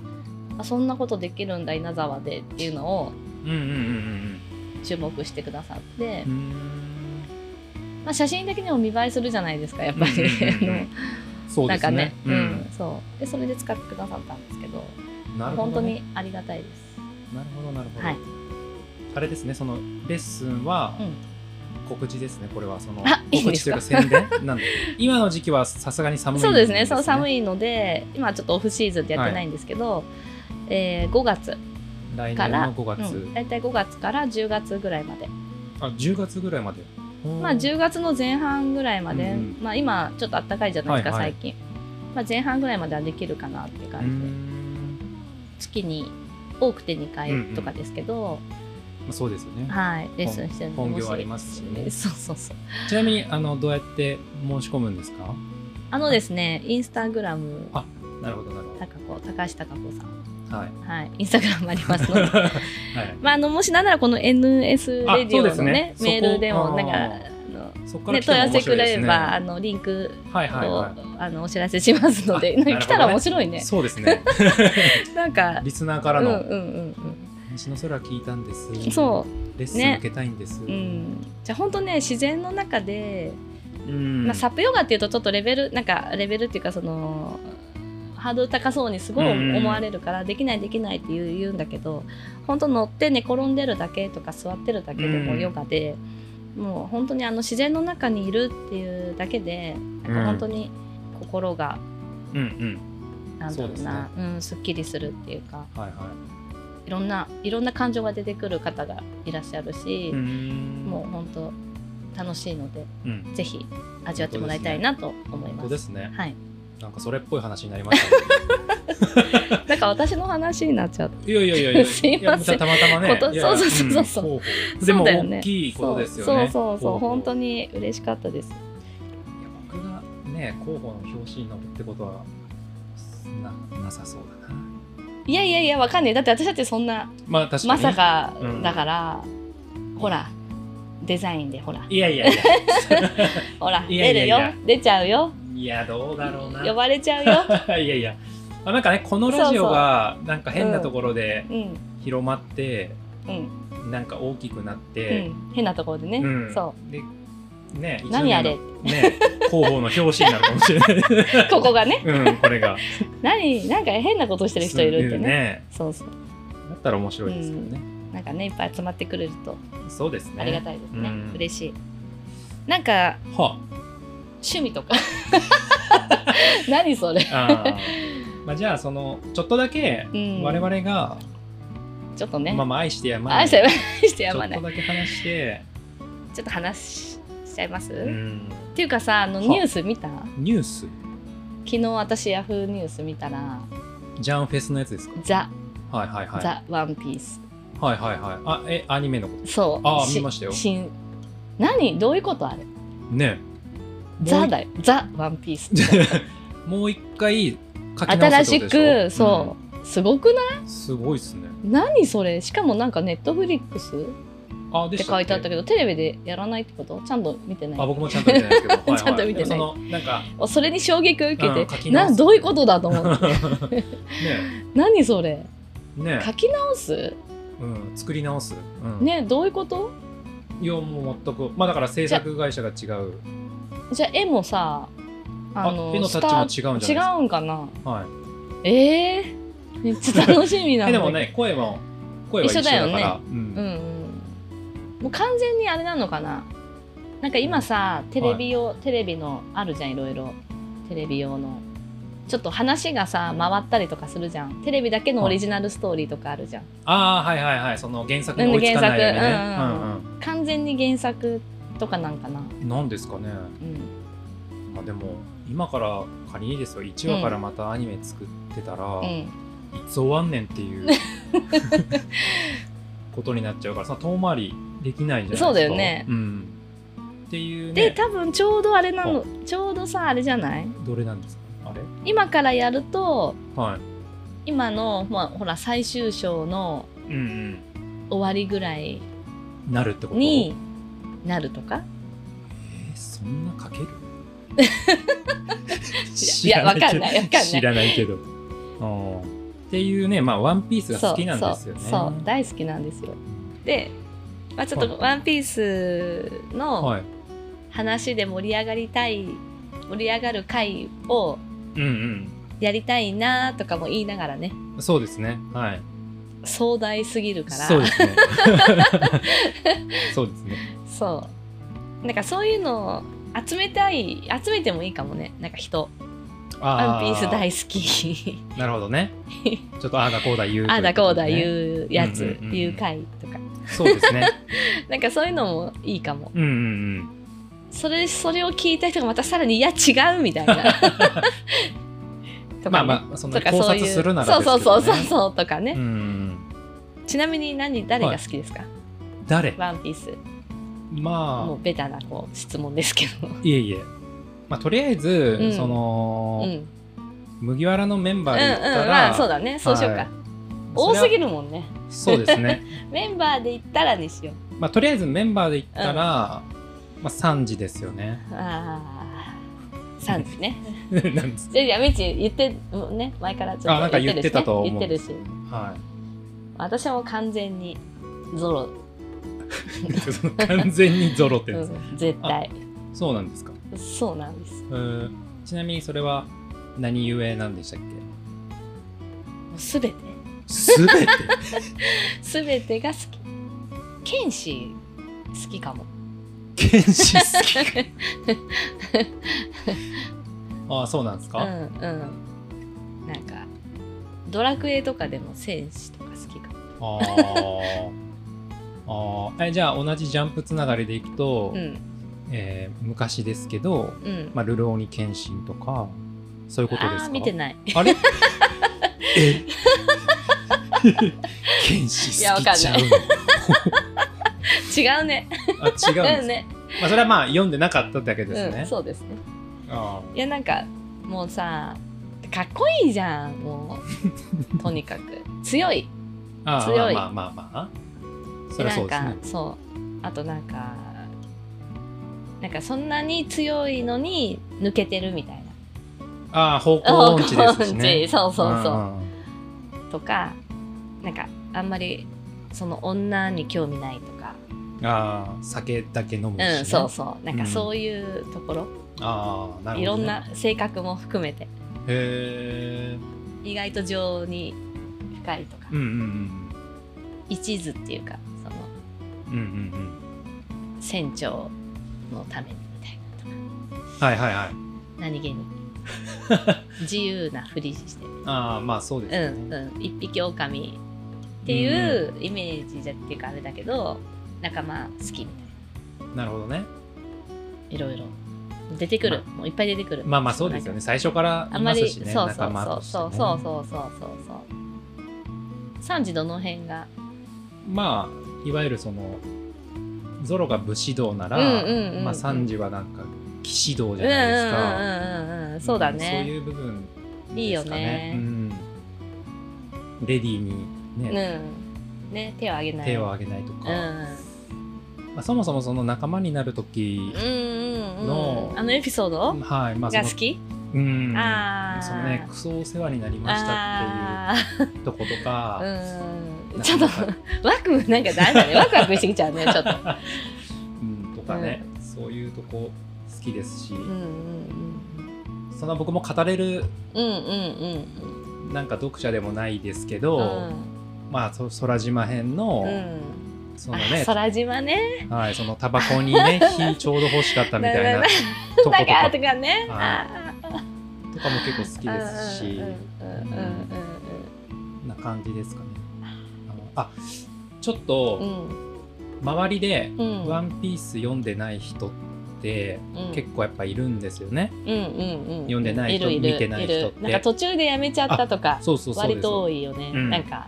A: あそんなことできるんだ稲沢でっていうのを
B: うんうんうんうん
A: 注目してくださって
B: う、ん
A: まあ、写真的にも見栄えするじゃないですかやっ
B: う
A: ぱり、
B: んうんうんそう
A: あのな
B: で
A: ん
B: す
A: かね
B: ね。
A: う
B: うんん。
A: そうでそれで使ってくださったんですけど
B: なるほ
A: 本
B: ど
A: 当
B: ね。
A: にありがたいです
B: なるほどなるほど。
A: はい
B: あれですねそのレッスンは
A: うん
B: 告知ですねこれはその
A: あいいん
B: 告
A: で
B: 知
A: す
B: という
A: か
B: か宣伝なんで今の時期はさすがに寒い
A: そうですね、そう
B: い
A: 寒いので、今ちょっとオフシーズンでやってないんですけど、えー5月、
B: 来
A: か
B: 年
A: ら
B: の5月、
A: うん大体5月から10月ぐらいまで、
B: あ10月ぐらいまで
A: まあ、10月の前半ぐらいまで、
B: うんうん
A: まあ、今ちょっと暖かいじゃないですか、
B: はいはい
A: 最近、まあ、前半ぐらいまではできるかなって
B: う
A: 感
B: ー
A: じで、
B: ん
A: 月に多くて2回とかですけど、
B: まあそうですよね
A: はいレッスンしてるの
B: 本
A: も
B: 業
A: そ
B: あ
A: う
B: り
A: で
B: ますしね
A: すそうそうそう
B: ちなみにあのどうやって申し込むんですか
A: あのですねインスタグラム
B: あなるほどなるほ
A: 高子高橋高子さん
B: どはい
A: はいインスタグラムありますので
B: はい
A: まああのもしなんならこの NS レディオ
B: あそ
A: の
B: う
A: ね
B: ですね
A: メールで
B: そ
A: も
B: こ
A: なんか
B: あ
A: あ
B: そこ
A: の
B: から
A: ね
B: 来て
A: 問い合わせ
B: も面白
A: く
B: いで
A: れ
B: す
A: れ
B: ね
A: ばあのリンク
B: はい
A: を、
B: はいは
A: あのお知らせしますので、
B: あなるほど ね
A: 来たら面白い
B: い
A: ね
B: そうですね
A: なんか
B: リスナーから
A: うん
B: の
A: うんうん
B: 西の空聞いたんです
A: うんそ
B: レッスン受けたいんです、
A: う、うん、じゃあ本当ね自然の中で
B: うん
A: まあ、サップヨガっていうとちょっとレベルなんかレベルっていうかそのハードル高そうにすごい
B: うん
A: 思われるから、できないできないって言う言うんだけど本当乗って寝転んでるだけとか座ってるだけでも
B: うん
A: ヨガで、もう本当にあの自然の中にいるっていうだけでなん
B: う
A: か
B: ん
A: 本当に心が
B: うんうん
A: なんだろうな、
B: そう
A: ん、すっきりするっていうか
B: はいはい
A: ろんないろんな感情が出てくる方がいらっしゃる
B: い
A: し、
B: ん
A: もう本当楽しいので
B: う、うん、
A: ぜひ味わってもらいたいなと思い
B: 本
A: ま
B: 当
A: す。
B: ですね
A: はい
B: なんかそれっぽい話になり ましたね
A: なんか私の話になっちゃう。
B: いやいやいやいや
A: すいません
B: やたまたま
A: こ
B: ね
A: と
B: いやいや
A: そうそうそうそう
B: ほほでも
A: そうだよね
B: 大きいことですよ
A: そう
B: ね
A: そうそうそう本当
B: に
A: に嬉しかったです。
B: 僕がね候補の表紙に載るってことはななさそうだない
A: やいやいやわかんない。だって私だってそんな
B: まあ確かに
A: まさか
B: うん
A: だから、ほらデザインでほら
B: いやい やいや
A: ほら
B: いやいやいや
A: 出るよ出ちゃうよ
B: いやどうだろうな
A: 呼ばれちゃうよ。
B: いやいやあなんかねこのラジオがなんか変なところで
A: うん
B: 広まって、
A: うん
B: なんか大きくなっ
A: う
B: て、
A: ん変なところでね。
B: うん
A: そ
B: でね
A: 何あれ
B: 一年のね広報の表紙になるかも しれない
A: うここがね
B: うんこれが
A: 何なんか変なことしてる人いるってね。
B: ね
A: そうそう
B: だったら面白いですけどね、
A: なんかねいっぱい集まってくれると
B: そうですね
A: ありがたいですね。
B: うん
A: 嬉しい。なんか
B: は
A: 趣味と か何それ。
B: ああ ーまあじゃあそのちょっとだけ
A: うん
B: 我々が、
A: ちょっとね、
B: まあまあ愛してやまな
A: 愛
B: い
A: してやまない してやまな
B: ちょ
A: い
B: っとだけ話して、
A: ちょっと話しちゃいます、
B: う
A: っ
B: ん、
A: ていうかさあの
B: は
A: ニュース見た昨
B: ニュース
A: 日私ヤフーニュース見たら
B: ジャンフェスのやつですか
A: 「ザ・
B: はいはいはい
A: ザ・ワンピース
B: はいはいはいあえアニメのこ」
A: そう
B: あ見ましたよ
A: 新何どういうことあれ
B: とね
A: 「
B: もう
A: ザ」だよ「ザ・ワンピー ス」
B: もう一回書
A: 新
B: き直すって
A: し
B: ことでしょ
A: くそう、すごくない
B: うんすごいっすね
A: 何それしかもなんかネットフリックスっ
B: あで
A: て
B: した
A: 書いてあった
B: け
A: けどテレビでやらないってことちゃんと見てな
B: あ
A: い
B: 僕もちゃんと見てないですけどはいはい
A: ちゃんと見てない
B: でもそのなんか
A: それに衝撃を受けて、
B: うん書き直す
A: などういうことだと 思って
B: ね
A: 何それ
B: ね
A: 書き直す
B: うん作り直す、うん、
A: ねどういうこと
B: いやもう全くまあだから制作会社が違う
A: じゃあ絵もさあの
B: あ絵のタ
A: 下
B: ッチも違うんじゃない
A: 違うんかな
B: ですか、はい
A: ええ めっちゃ楽しみなん
B: え
A: だけ
B: で
A: ど
B: もね声も声は一
A: 一
B: 緒
A: 緒
B: だ
A: だ
B: か
A: よ
B: ら
A: ね
B: うん
A: うんうんもう完全にあれなのかななんか今さテレビ用、テレビのあるじゃんいろいろテレビ用のちょっと話がさ回ったりとかするじゃんテレビだけのオリジナルストーリーとかあるじゃん、
B: ああはいはいはいその原作に追いつかないようにね
A: 原作うん完全に原作とかなんかな
B: うんうんなんですかね
A: うん
B: まあでも今から仮にですよ1話からまたアニメ作ってたら、
A: う
B: い
A: ん
B: つ終わんねんっていうことになっちゃうからさ遠回りできないじゃないですか
A: そうだよね
B: うん、っていう
A: で
B: ね
A: 多分ちょうどあれなのちょうどさあれじゃない
B: どれなんですかあれ
A: 今からやると
B: はい
A: 今の、まあ、ほら最終章の
B: うん
A: 終わりぐらい
B: うんなるってこと
A: になるとか
B: えーそんな書ける
A: いやわかん
B: い
A: ないわかん
B: 知
A: ない
B: らないけどうんっていうねまあワンピースが好きなんですよね
A: そうそうそう大好きなんですよで、まあ、ちょっ
B: は
A: と「ワンピースの
B: はい
A: 話で盛り上がりたい盛り上がる回を
B: うん
A: やりたいなとかも言いながらね
B: うんそうですねはい
A: 壮大すぎるから
B: そうですねそうですね
A: そうなんかそういうのを集めたい集めてもいいかもねなんか人ワンピース大好き
B: なるほ どねちょっとああだこうだ言う
A: ああだこうだ
B: う
A: 言うやつ、
B: うんうんうんうん
A: 言う回とか
B: そうですね
A: なんかそういうのもいいかも
B: うんうん
A: それそれを聞いた人がまたさらにいや違うみたいな
B: う
A: と
B: ん
A: か
B: まあ
A: ね
B: まあそんな
A: とか
B: 考
A: そう
B: 察
A: いう
B: するならですけど、ね、
A: そうそうそうそうそうとかね、
B: うんうん
A: ちなみに何誰が好きですか、
B: 誰
A: ワンピースも
B: ま
A: うベタなこう質問ですけど
B: あいえいえまあとりあえず、
A: うん
B: その
A: う、んうんうん
B: 麦わらのメンバーで言ったら、
A: まあそうだねそうしよう
B: は
A: か
B: い
A: 多すぎ
B: る
A: るもんね
B: そうで すね
A: メンバーで言ったらにしよう
B: まあとりあえずメンバーで言ったら、まあ3時ですよね
A: ああ3時ね
B: なんです
A: じゃあじゃあみち言ってもうね前からちょ
B: あな
A: っ
B: んか
A: と
B: 言ってたと思う
A: 言ってるし,、言ってるし
B: は
A: 私はもう完全にゾロ、
B: い その完全にゾロってやつ、
A: うん絶対
B: そうなんですか
A: そうなんです
B: うーんちなみにそれは何故なんでしたっけ
A: もうすべて
B: すべて
A: すべてが好き剣士好きかも
B: 剣士好き ああそうなんです
A: う
B: か、
A: んうんなんかドラクエとかでも戦士とか好きかも
B: ああああえじゃあ同じジャンプつながりでいくと、
A: うん
B: えー昔ですけど
A: うん、
B: まあ、ルローニケンシンとか、そういうことです
A: あ
B: か
A: あ見てない
B: あれえ ケンシ好きちゃうの
A: 違うね
B: あ、違うんです
A: 違 う
B: ね。
A: ね
B: まあ、それはまあ、読んでなかっただけです
A: うん
B: ね。
A: そうですね
B: あ
A: いやなんかもうさかっこいいじゃんもうとにか く強い
B: あああ
A: 強い
B: まあまあまあまあ。そりゃそうです
A: なん
B: ね
A: か。そうあとなんかなんかそんなに強いのに抜けてるみたい
B: ああ、方向
A: な
B: 音痴です しね。
A: 音痴そうそう
B: う
A: そ
B: んうん
A: う、とかなんかあんまりその女に興味ないとか、
B: ああ、酒だけ飲むし、ね。
A: うんそうそうなん
B: う
A: か
B: ん
A: そういうところ、
B: ああ、なるほど、ね。
A: いろん。な性格も含めて
B: へえ。
A: 意外と情に深いとか、
B: うんうん
A: 一途っていうかその
B: うん。うんうん
A: 船長のためにみたいなとか
B: うん。はいはいはい。
A: 何 気に自由なふりしてる
B: ああ、まあそうです
A: う
B: ね。
A: んうん一匹狼っていうイメージじゃっていうかあれだけど仲間好きみたい
B: なるほどね。
A: ないろいろ出てくる、もういっぱい出てくる
B: まあまあそうですよね。最初から
A: あ
B: い
A: んま
B: ま
A: り
B: す
A: そ
B: し
A: う
B: ね。
A: そうそ
B: 仲間
A: う
B: として
A: そう
B: ね
A: そうそうそうそうそう三時どの辺が
B: まあいわゆるそのゾロが武士道なら、
A: うんうんうんうん
B: まあサンジはなんか騎士道
A: う
B: じ
A: ん
B: ゃ
A: うん
B: ないですか。
A: うんうんうんそうだ
B: んそう
A: ね
B: いう部分ですかね。
A: いいよね
B: うん、レディーに
A: う
B: ね、
A: んね手を挙げない
B: 手を挙げないと
A: うん
B: か、まあそもそもその仲間になる時
A: うん、うんうんう
B: の
A: んあのエピソード、
B: はい、まあそ
A: が
B: の
A: 好き
B: うん。
A: あー
B: そのね、クソお世話になりました
A: あ
B: っていうとこと
A: ー
B: か、
A: う
B: なんんか
A: ちょっとワクなんかダメだねワクワクしてきちゃうね ちょっと
B: うん、とかね、そういうとこ好きですし、
A: うんうん
B: そんな僕も語れる
A: うんうんうん
B: なんか読者でもないですけ
A: う
B: ど、
A: ん
B: まあそ空島編の、
A: うん
B: その
A: あ
B: ね、
A: 空島ね
B: はい、そのタバコに ね火ちょうど欲しかったみたいな
A: な
B: とこと
A: な
B: か
A: んかとかね
B: はい
A: あ
B: とかも結構好き
A: ー
B: ですし
A: うんうんうん
B: な感じですかね。あのあちょっと
A: うん
B: 周りで
A: うんう
B: 「
A: ん
B: ワンピース読んでない人って
A: うん
B: 結構やっぱいるんですよね。
A: うんうんうん
B: 読んでない人
A: るる
B: 見てない人って
A: るなんか途中でやめちゃったとか
B: そうそうそう
A: 割
B: です。
A: と多いよね
B: うん
A: なんか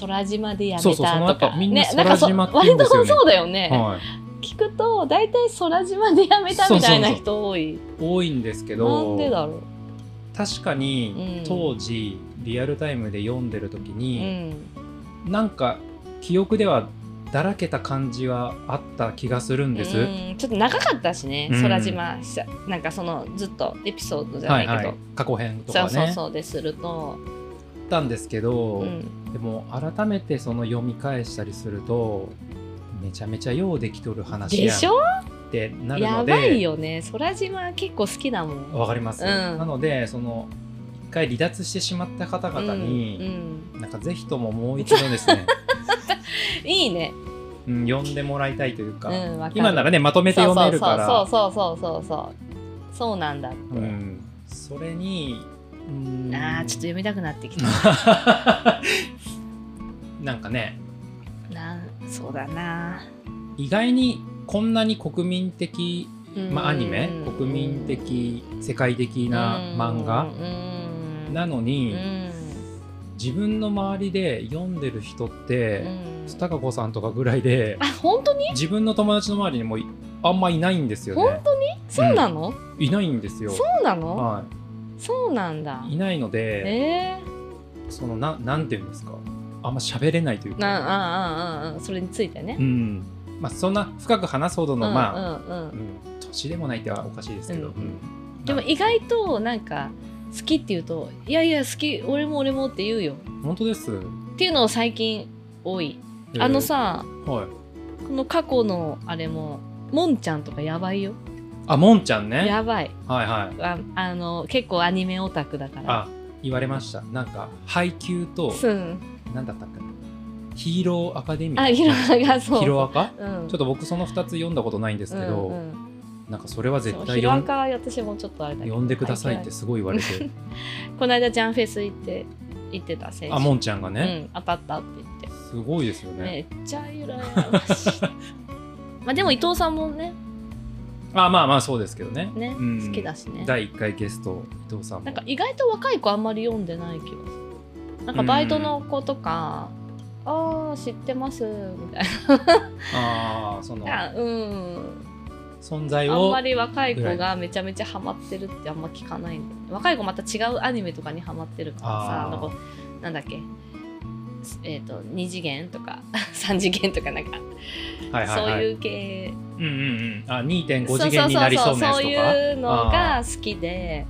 A: 空島でやめ
B: そ
A: た
B: うそうその
A: とか
B: 後みんな
A: ねなんかそ
B: 空島って言うんですよ
A: 割
B: ね
A: とそうだよね
B: はい、
A: 聞くと大体空島でやめたみたいな人多い
B: 多いんですけ
A: なん
B: ど
A: でだろう
B: 確かに
A: うん
B: 当時リアルタイムで読んでる時
A: う
B: に、
A: ん
B: なんか記憶ではだらけた感じはあった気がするんです。
A: うんちょっと長かったしね
B: うん
A: 空島しゃなんかそのずっとエピソードじゃな
B: はいい
A: けど、
B: はい、過去編とか
A: そ
B: ね
A: うそうそうですると、
B: あったんですけど、
A: うん、
B: でも改めてその読み返したりするとめちゃめちゃようできとる話
A: で
B: やん
A: しょ
B: ってなる
A: や
B: の
A: ばい
B: で
A: よね空島結構好きだもん。
B: わかります、
A: うん
B: なのでその一回離脱してしまった方々
A: うんう
B: に、
A: ん
B: なんかぜひとももう一度ですね
A: いいね
B: うん、読んでもらいたいというか,、
A: うんわかる
B: 今ならねまとめて
A: そう
B: 読
A: そ
B: め
A: う
B: るから
A: そうそうそうそうそうそうなんだって、
B: うん、それに、うん
A: あーちょっと読みたくなってきた
B: なんかね
A: なんそうだな、
B: 意外にこんなに国民的、
A: うん
B: まあ、アニメ国民的世界的な漫画
A: うん
B: なの
A: う
B: に、
A: ん
B: 自分の周りで読んでる人っ
A: う
B: て、
A: ん
B: たか子さんとかぐらいで
A: あ本当に
B: 自分の友達の周りにもいあんまいないんですよね
A: 本当にそうなの、
B: いないんですよ
A: そうなの
B: は
A: そうなんだ
B: い、いないので
A: え
B: そのななんていうんですかあんま喋れないという
A: ー、な
B: か、
A: あああああそれについてね、
B: うんまあ、そんな深く話すほどの、まあ、
A: うんうんうん
B: うん年でもないってはおかしいですけど、
A: うん
B: うん
A: でも意外となんか好きって言うと「いやいや好き俺も俺も」って言うよ
B: 本当です、
A: っていうのを最近多い、あのさ
B: えーはい
A: この過去のあれももんちゃんとかやばいよ
B: あもんちゃんね
A: やばい
B: はいはい
A: ああの結構アニメオタクだから
B: あ言われましたなんか配給と
A: うん
B: なんだったっけなヒーローアカデミー
A: あヒロアカそう
B: ヒロアカ
A: うん
B: ちょっと僕その2つ読んだことないんですけど、
A: うんうん
B: なんかそれは絶
A: そう
B: 対
A: ヒロア
B: 読ん
A: カは私もちょっとあれだけど
B: 読んでくださいってすごい言われ て
A: この間ジャンフェス行って行ってた選手
B: あもんちゃんが
A: う
B: ね、
A: ん当たったって言って
B: すごいですよね
A: めっちゃ 羨ましいまあでも伊藤さんもね
B: あまあまあそうですけどね
A: ね、
B: うん
A: 好きだしね
B: 第1回ゲスト伊藤さんも
A: なんか意外と若い子あんまり読んでない気がするなんかバイトの子とか「ああ知ってます」みたい
B: ああその
A: なうん
B: 存在
A: あん
B: を
A: まり若い子
B: ぐらい
A: がめちゃめちゃハマってるってあんま聞かないんで若い子また違うアニメとかにハマってるから
B: あ
A: さ
B: ー
A: なんかなんだっけえー、と2次元とか3 次元とかなんか、
B: はいはいはい
A: そういう系
B: うんうんうん、あ2.5次元になりそうなやつとか
A: そういうのが好きで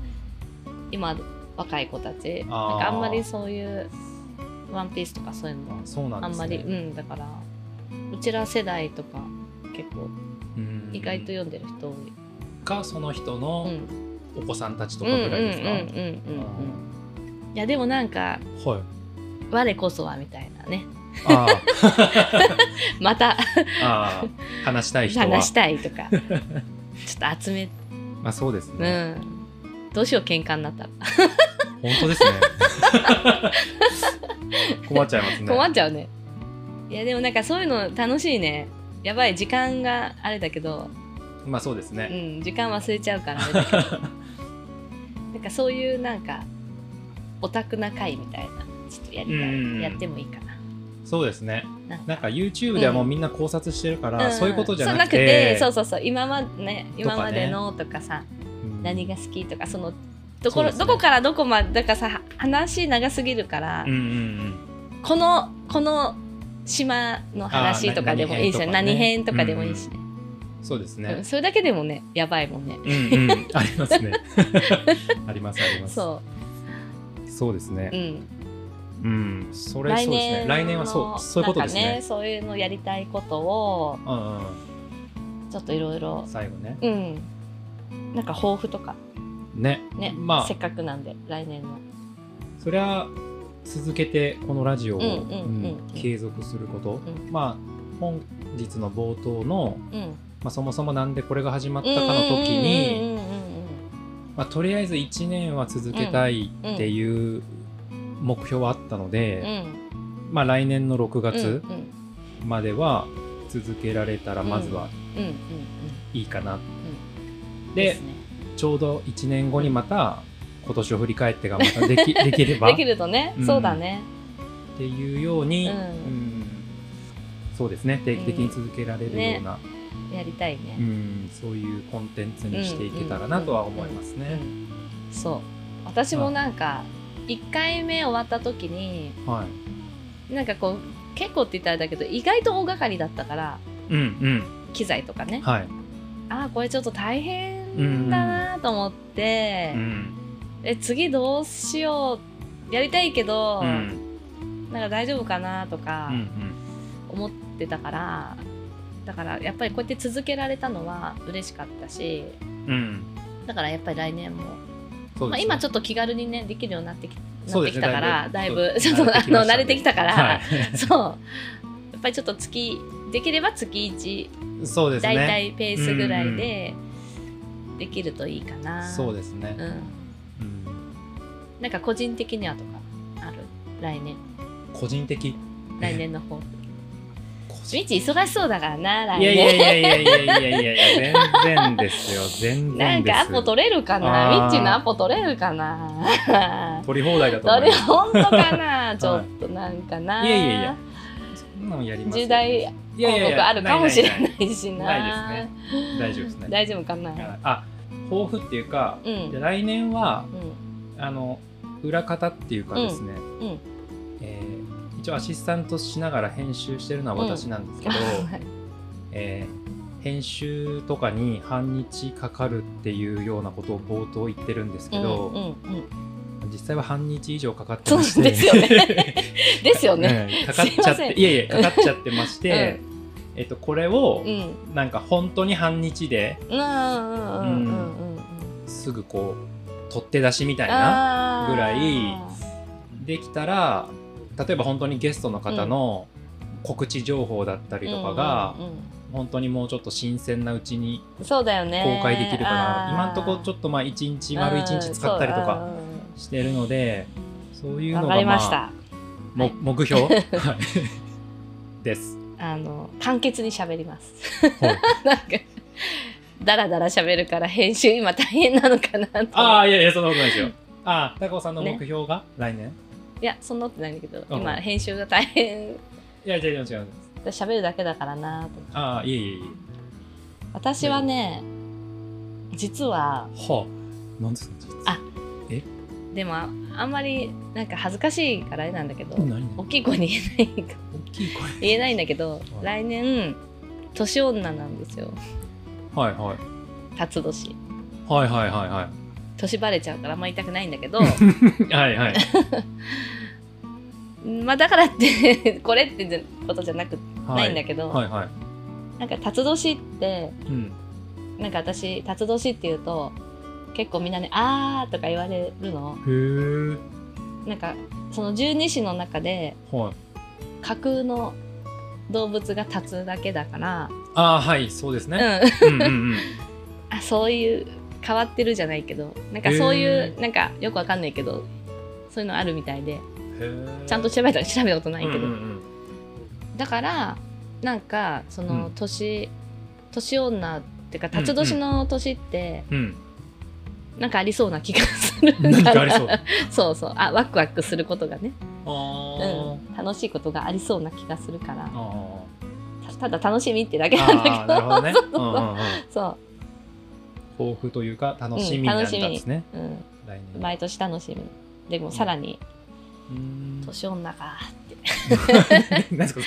A: 今若い子たちなん
B: あー
A: かあんまりそういう「ワンピースとかそういうの
B: あそうな
A: あ
B: ん
A: ん
B: です、ね、
A: まり、うんだからうちら世代とか結構
B: うん
A: 意外と読んでる人多い、
B: かその人
A: うん、う
B: の
A: ん
B: お子さんたちと
A: うんう
B: か
A: んうん
B: ぐらいですか、
A: うんうんいやでもなんか
B: はい
A: 「我こそは」みたいなね
B: あ
A: また
B: ーあー話したい人は
A: 話したいとかちょ っと集め
B: まあそうです
A: う
B: ね、
A: んどうしよう喧嘩になったら
B: 本当 ですね困っちゃいますね
A: 困っちゃうねいやでもなんかそういうの楽しいねやばい時間があれだけど、
B: まあそうです
A: う
B: ね、
A: ん、時間忘れちゃうからあれ だけどなんかそういうなんかオタクな会みたいなちょっとやりた
B: うんうんうん
A: いやってもいいかな
B: そうですね
A: なんか
B: なんか YouTube ではもうみんな考察してるから、
A: ん
B: そういうことじゃ
A: そう
B: なくて
A: そうそうそう今までね今までのとかさ
B: うん
A: 何が好きとかそのどころ、
B: そうですね
A: どこからどこまでだからさ話長すぎるから、
B: うんうんうん
A: このこの島の話とかでもいいし
B: あーな
A: 何
B: 何
A: 編
B: 編
A: と
B: と
A: か
B: かね
A: でもいいしね、
B: そうです
A: う
B: ね
A: ん、それだけでもねやばいもんね
B: うんうんあり ますねありますあります
A: そ
B: そうですね
A: う、うん、
B: うん、それそうですね。来年はそう、そういうことです
A: なんかね
B: ね。
A: そういうのやりたいことを
B: うん
A: ちょっといろいろ
B: うん、最後ね。
A: うんなんか抱負とか
B: ね、
A: ね、
B: まあ
A: せっかくなんで来年の
B: それは続けてこのラジオを、
A: うんうんうん
B: うん継続すること。
A: うん
B: まあ本日の冒頭の、
A: うん
B: まあそもそもなんでこれが始まったかの時に、
A: うんうんうんうん
B: まあとりあえず1年は続けたいっていう目標はあったの
A: うんう
B: で、
A: ん
B: まあ来年の6月
A: うん
B: までは続けられたらまずは
A: うんうんうん
B: いいかな。
A: うん
B: で
A: ですね
B: ちょうど1年後にまた今年を振り返ってがまたで きできればっ
A: できるとね、
B: うん
A: そうだね
B: ていうように、
A: うん
B: うんそうですね定期的に続けられるような、
A: やりたいね、
B: うんそういうコンテンツにしていけたらなとは思いますね。
A: そう私もなんか1回目終わった時に
B: はい、
A: なんかこう結構って言ったらあれだけど意外と大掛かりだったから
B: うんうん
A: 機材とかね
B: はい、
A: ああこれちょっと大変だなと思って、
B: うん
A: え次どうしようやりたいけど、
B: うんうん
A: なんか大丈夫かなとか
B: うん
A: 思ってたから、だからやっぱりこうやって続けられたのは嬉しかったし
B: うん
A: だからやっぱり来年も
B: そう
A: まあ、
B: ですね
A: 今ちょっと気軽にねできるようになってきな
B: そ
A: っ
B: う
A: て
B: で
A: き
B: すね
A: たからだ
B: だ
A: い
B: い
A: ぶ
B: ぶ
A: ちょっとあの慣
B: 慣
A: れ
B: れ
A: て
B: て
A: き
B: き
A: た
B: ましたね
A: から、
B: はい
A: そうやっぱりちょっと月できれば月1
B: そうです
A: だいた
B: ね
A: いペースぐらいでできるといいかな、
B: そうですね、
A: うん、
B: うん
A: なんか個人的にはとかある来年
B: 個人的
A: 来年の抱負
B: 個人
A: みち忙しそうだからな来
B: いや
A: 年
B: いやいやいやいやいやいやいや全然ですよ全
A: な
B: 然
A: ん
B: です
A: かアポ取れるかな
B: あー
A: みっちのアポ取れるかな
B: 取り放題だと
A: ど
B: 思い
A: れ
B: ます
A: 本 当かなちょっとなんかな、
B: いやいやいやそんなのやります
A: 時代
B: いやいや
A: 広
B: い
A: 告
B: や
A: あるかもしれ
B: ない
A: ないしな
B: ないですね大丈夫ですね
A: 大丈夫かな、
B: はいあ抱負っていうか、
A: うん
B: じゃあ来年は
A: うん
B: あの裏方っていうかですね、
A: うん
B: えー一応アシスタントしながら編集してるのは私なんですけど、えー編集とかに半日かかるっていうようなことを冒頭言ってるんですけど、
A: うんうんうん、
B: 実際は半日以上かかって
A: そう
B: まして
A: ですよねですよね、
B: うんかかっちゃっ
A: すいません
B: ていやいやかかっちゃってまして、えっと、これを
A: うん、うん
B: なんか本当に半日で
A: うんうんうんうんうん
B: すぐこう取って出しみたいな
A: あー
B: ぐらいできたら例えば本当にゲストの方の告知情報だったりとかが、
A: うんうん
B: 本当にもうちょっと新鮮なうちに
A: うんそうだよね
B: 公開できるかな、今んとこちょ
A: っ
B: っとまあ1日丸1日使ったりとかしてるので、そういうの
A: わか
B: が
A: り
B: ま
A: まし
B: あ
A: た
B: も
A: はい
B: 目標はい です。
A: あの簡潔に喋ります
B: ほう
A: なんかだらだら喋るから編集今大変なのかなと思って
B: ああいやいやそんなことないですよ。ああ高尾さんの目標が、来年
A: いやそんなことないんだけど
B: うん
A: 今編集が大変
B: いやいやいや違う違う。
A: で喋るだけだからなと思って
B: ああいえいえいえ。
A: 私はね実は
B: はあなんですか実は
A: あでもああんまりなんか恥ずかしいからあれなんだけど
B: 何
A: 大きい子に言えないか
B: 大きい声。
A: 言えないんだけど
B: い
A: 来年年女なんですよ
B: はいはい
A: 辰年
B: はいはいは いは
A: 年バレちゃうからあんまり言いたくないんだ けど
B: いはいはい。
A: まあだからってこれって ぜことじゃなくないんだ
B: け
A: けど、
B: はいは
A: なんか辰年って
B: い。うん。
A: なんか私辰年っていうと結構みんなね「あー」とか言われるの
B: へ
A: なんかその十二支の中で
B: え。はい。
A: 架空の動物が立つだけだから、
B: ああはいそうです
A: う
B: ね。
A: ん、
B: うんうんうん。
A: あそういう変わってるじゃないけどなんかそういう、
B: へ
A: なんかよくわかんないけどそういうのあるみたいで
B: へえ
A: ちゃんと調べた調べたことないけど、
B: うんうん
A: だからなんかその
B: うん
A: 年、年女っていうか辰年の年って
B: うん
A: なんかありそうな気がする
B: うん。何かありそう。
A: そうそうあワクワクすることがね、
B: あー
A: うん、楽しいことがありそうな気がするから
B: あ
A: たただ楽しみってだ
B: ー。
A: けなんだ
B: ああなるほどね。うんうんうん。
A: けどそ
B: 抱負というか楽しみなんだったんですね。
A: う、うん、
B: 来年。
A: 毎年楽しみでもさらに
B: うーん
A: 年女か
B: 何ですか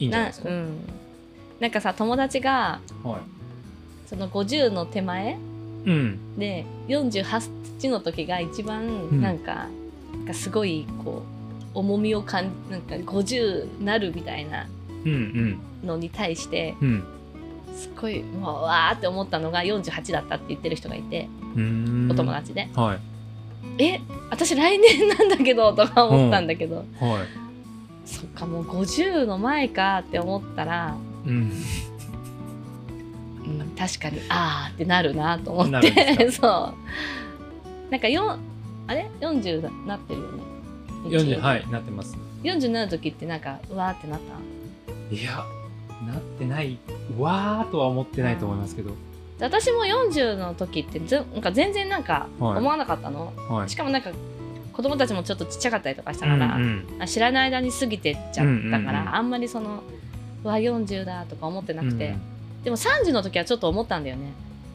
B: いいんじゃ
A: な
B: ないです
A: う
B: か、
A: ん、なんかさ友達が
B: はい
A: その50の手前
B: うん
A: で48の時が一番
B: ん
A: なんか,、なんかすごいこう重みを感じなんか50なるみたいな
B: うん
A: のに対して
B: うんうん
A: すっごいもうわーって思ったのが48だったって言ってる人がいて
B: うーん
A: お友達で
B: はい
A: 「え私来年なんだけど」とか思ったんだけど、
B: はい
A: そっかもう50の前かって思ったら、
B: うん
A: うん確かにあーってなるなと思って
B: なるんで
A: そうなんかよあれ40だなってるよね、
B: 40はいいなってます
A: 47の時ってなんかうわーってなった
B: いやなってないわーとは思ってないと思いますけど
A: 私も40の時ってずなんか全然なんか
B: はい
A: 思わなかったの、
B: はい
A: しかもなんか子供たちもちょっとちっちゃかったりとかした
B: う
A: か
B: んう
A: ら、
B: ん
A: あ知らない間に過ぎてっちゃったから、
B: うんうんうん
A: あんまりそのうわ40だとか思ってなくて、
B: うん
A: でも30の時はちょっと思ったんだよね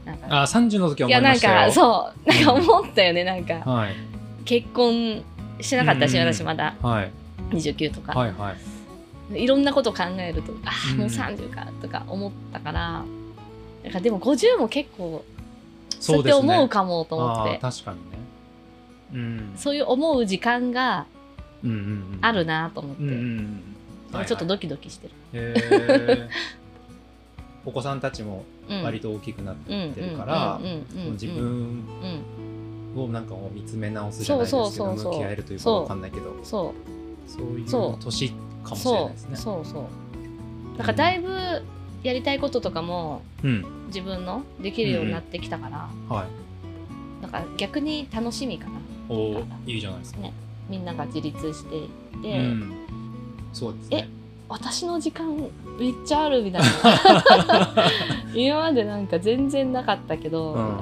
A: なんか
B: あ30の時はい思
A: や
B: い
A: な
B: ま
A: ん
B: した
A: か
B: よ
A: そうなんか思ったよねなんか、
B: はい
A: 結婚してなかったし、
B: うんうん
A: 私まだ
B: はい
A: 29とか、
B: はいはい
A: い、ろんなこと考えるとああもううん30かとか思ったからなんかでも50も結構そ
B: そうう
A: っ
B: で
A: て
B: すね
A: 思うかもと思っ
B: あ
A: て
B: ー確かにねうん
A: そういう思う時間が
B: うんうんうん
A: あるなと思って、
B: うんうんうんはいはい
A: ちょっとドキドキしてる、
B: へ ーお子さんたちも
A: うん、
B: 割と大きくなって
A: うん
B: ってるから
A: うんうんうんうん
B: 自分
A: うん
B: をなんかこう見つめ直すじゃないですけど
A: そうそうそうそう
B: 向き合えるというかわかんないけど
A: そ
B: そういう
A: そう
B: 年かもしれない
A: そ
B: です
A: う
B: ね。
A: そうそうなんかだいぶやりたいこととかも
B: うん、
A: 自分のできるようになってきたから、
B: はい。
A: なんか逆に楽しみかな
B: おお、いいじゃないですか。
A: みんなが自立していて、
B: うん、そうですね。
A: 私の時間めっちゃあるみたいな 今までなんか全然なかったけど、
B: うんうん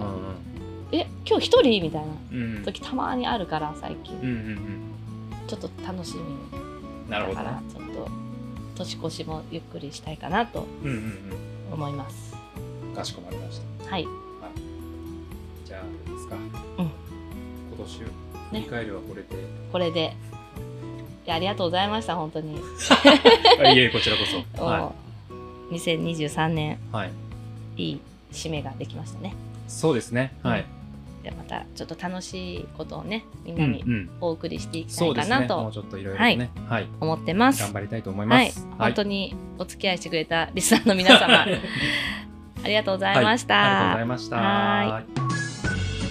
A: え今日一人みたいな
B: うんうん。
A: 時たまにあるから最近、
B: うんうん
A: ちょっと楽しみ
B: うん。な
A: だ
B: るほど
A: か
B: ね
A: ら。ちょっと年越しもゆっくりしたいかなと
B: うんうん
A: 思います
B: うん。かしこまりました。
A: はい
B: じゃあどうですか。うん。今年を振
A: ね
B: り返るはこれで。
A: これでいやありがとうございました本当に、
B: あいえこちらこそ。は
A: もう2023年
B: いはい。
A: いい締めができましたね
B: そうですね。はい。
A: じゃあまたちょっと楽しいことをねみん
B: う
A: なん
B: う
A: に
B: ん。
A: お送りしていきた
B: そ
A: いう
B: で
A: か
B: すね。
A: な
B: もう
A: と
B: ちょっといろいろね。はい。
A: 思ってます、
B: 頑張りたいと思いま
A: はい
B: す。、
A: 本当にお付き合いしてくれたリスナーの皆様、ありがとうございました。
B: ありがとうございました。
A: は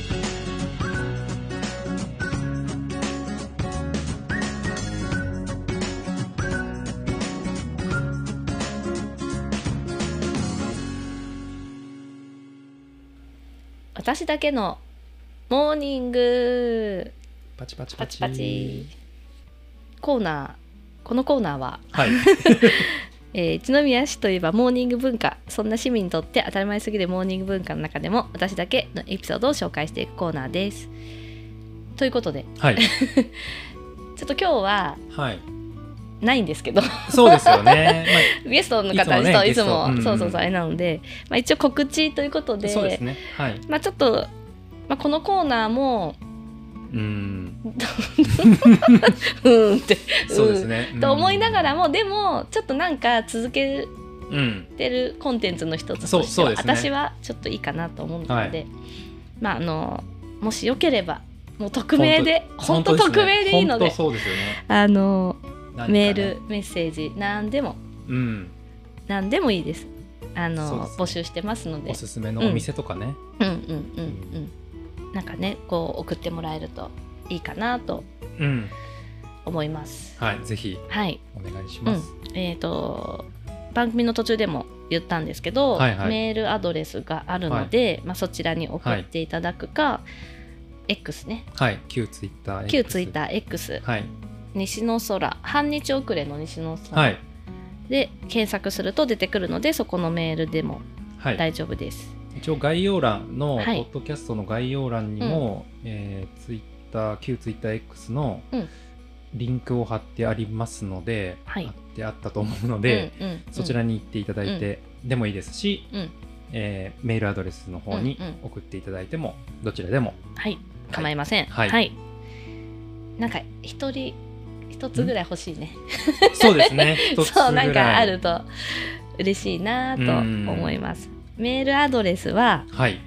A: 私だけのモーニング
B: パチパチ
A: パチパチ。コーナー、このコーナーは、
B: はい。
A: えー一宮市といえばモーニング文化そんな市民にとって当たり前すぎるモーニング文化の中でも私だけのエピソードを紹介していくコーナーです。ということで
B: はい。
A: ちょっと今日は
B: はい。
A: ないんですけど
B: そうですよね。
A: ゲストの方
B: いつもね
A: そう
B: ゲ
A: い
B: スト
A: つも、
B: うんうん
A: そうそうそうあれなので、まあ、一応告知ということ
B: まあ
A: で
B: そうですね。はい。
A: まあ、ちょっと、まあ、このコーナーも
B: うん。
A: うーんって
B: そうですね。
A: と思いなが
B: ら。
A: らもでもちょっとなんか続け
B: うん。
A: てるコンテンツの一つ
B: そ
A: と
B: う
A: して
B: そう
A: は、
B: ですね
A: 私はちょっといいかなと思うので、
B: はい
A: まああのもしよければもう匿名で本当
B: ですね
A: 匿名でいいの
B: 本
A: で
B: 当そうですよね。
A: あの
B: 何かね
A: メール、。メッセージ何でも
B: うん。
A: 何でもいいですあ
B: そう
A: の、
B: ですね
A: 募集してますので
B: おすすめのお店とかね。
A: うんうんうんうんなんかねこう送ってもらえるといいかなと
B: うん。
A: 思います
B: はい。ぜひ
A: はい
B: お願いします。
A: えー、と番組の途中でも言ったんですけど、
B: はいはい
A: メールアドレスがあるので、まあ、そちらに送っていただくか、X ね
B: はい。旧ツイッター。
A: 旧ツイッター X
B: はい。
A: 西の空半日遅れの西の空、
B: はい。
A: で検索すると出てくるのでそこのメールでも
B: はい。
A: 大丈夫です、
B: 一応概要欄の、ポ
A: はい
B: ッドキャストの概要欄にも、えーツイッター、旧ツイッター X の
A: うん
B: リンクを貼ってありますので、
A: はい
B: 貼ってあったと思うので、
A: うんうんうん
B: そちらに行っていただいてでもいいですし、
A: うん
B: えーメールアドレスの方に
A: うんうん
B: 送っていただいてもどちらでも
A: はい構いません
B: はい
A: なんか一人一つぐらい欲しいね
B: そうです ね一つぐらい
A: そうなんかあると嬉しいなと思いますメールアドレスは
B: はい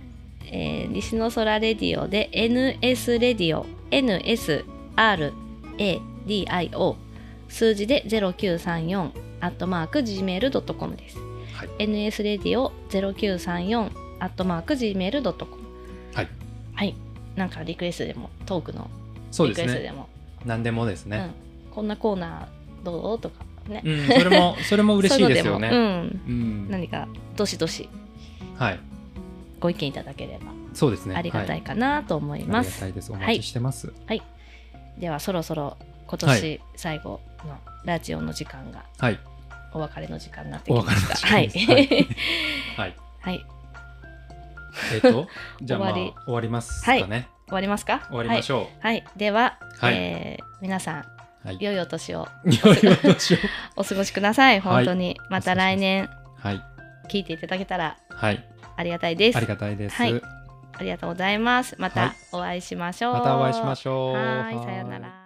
A: えー西の空レディオで NS レディオ NSRADIO 数字で0934アットマーク Gmail.com です、
B: はい
A: NS レディオ0934アットマーク Gmail.com
B: はい
A: はいなんかリクエストでもトークの
B: そう
A: リ
B: で
A: ク
B: す
A: エスト
B: ね
A: でも
B: 何でもですね、
A: うん、こんなコーナーどうとかね、
B: うんそ れもそれも嬉しいですよ
A: そういう
B: ね
A: のもうん
B: うん、
A: 何かどしどし
B: はい
A: ご意見いただければ
B: そうですね
A: ありがた
B: はい
A: かなと思い
B: いあ
A: ま
B: りが
A: す、
B: たいですお待ちしてます、
A: ではそろそろ今
B: は
A: 年
B: い
A: 最後のラジオの時間が
B: はい
A: お別れの時間になって
B: お
A: きま
B: 分かり
A: し
B: ま
A: た。
B: した
A: はい、
B: はい
A: はい、
B: えっ、 とじゃあまあ
A: 終わ
B: 終
A: り
B: わりますかね、
A: 終わりますか。
B: 終わりましょ
A: はい、はい、では、
B: はい
A: えー皆さ
B: うはい、
A: ん良いお年を
B: よいお 年を
A: お過ごしください。
B: はい
A: 本当に、また来年
B: はい
A: 聞いていただけたら
B: はい
A: ありがたいです。
B: ありがたいです、
A: はいありがとうございます。ま
B: はい
A: たお会いしましょう。
B: またお会いしましょう
A: はい、さようなら。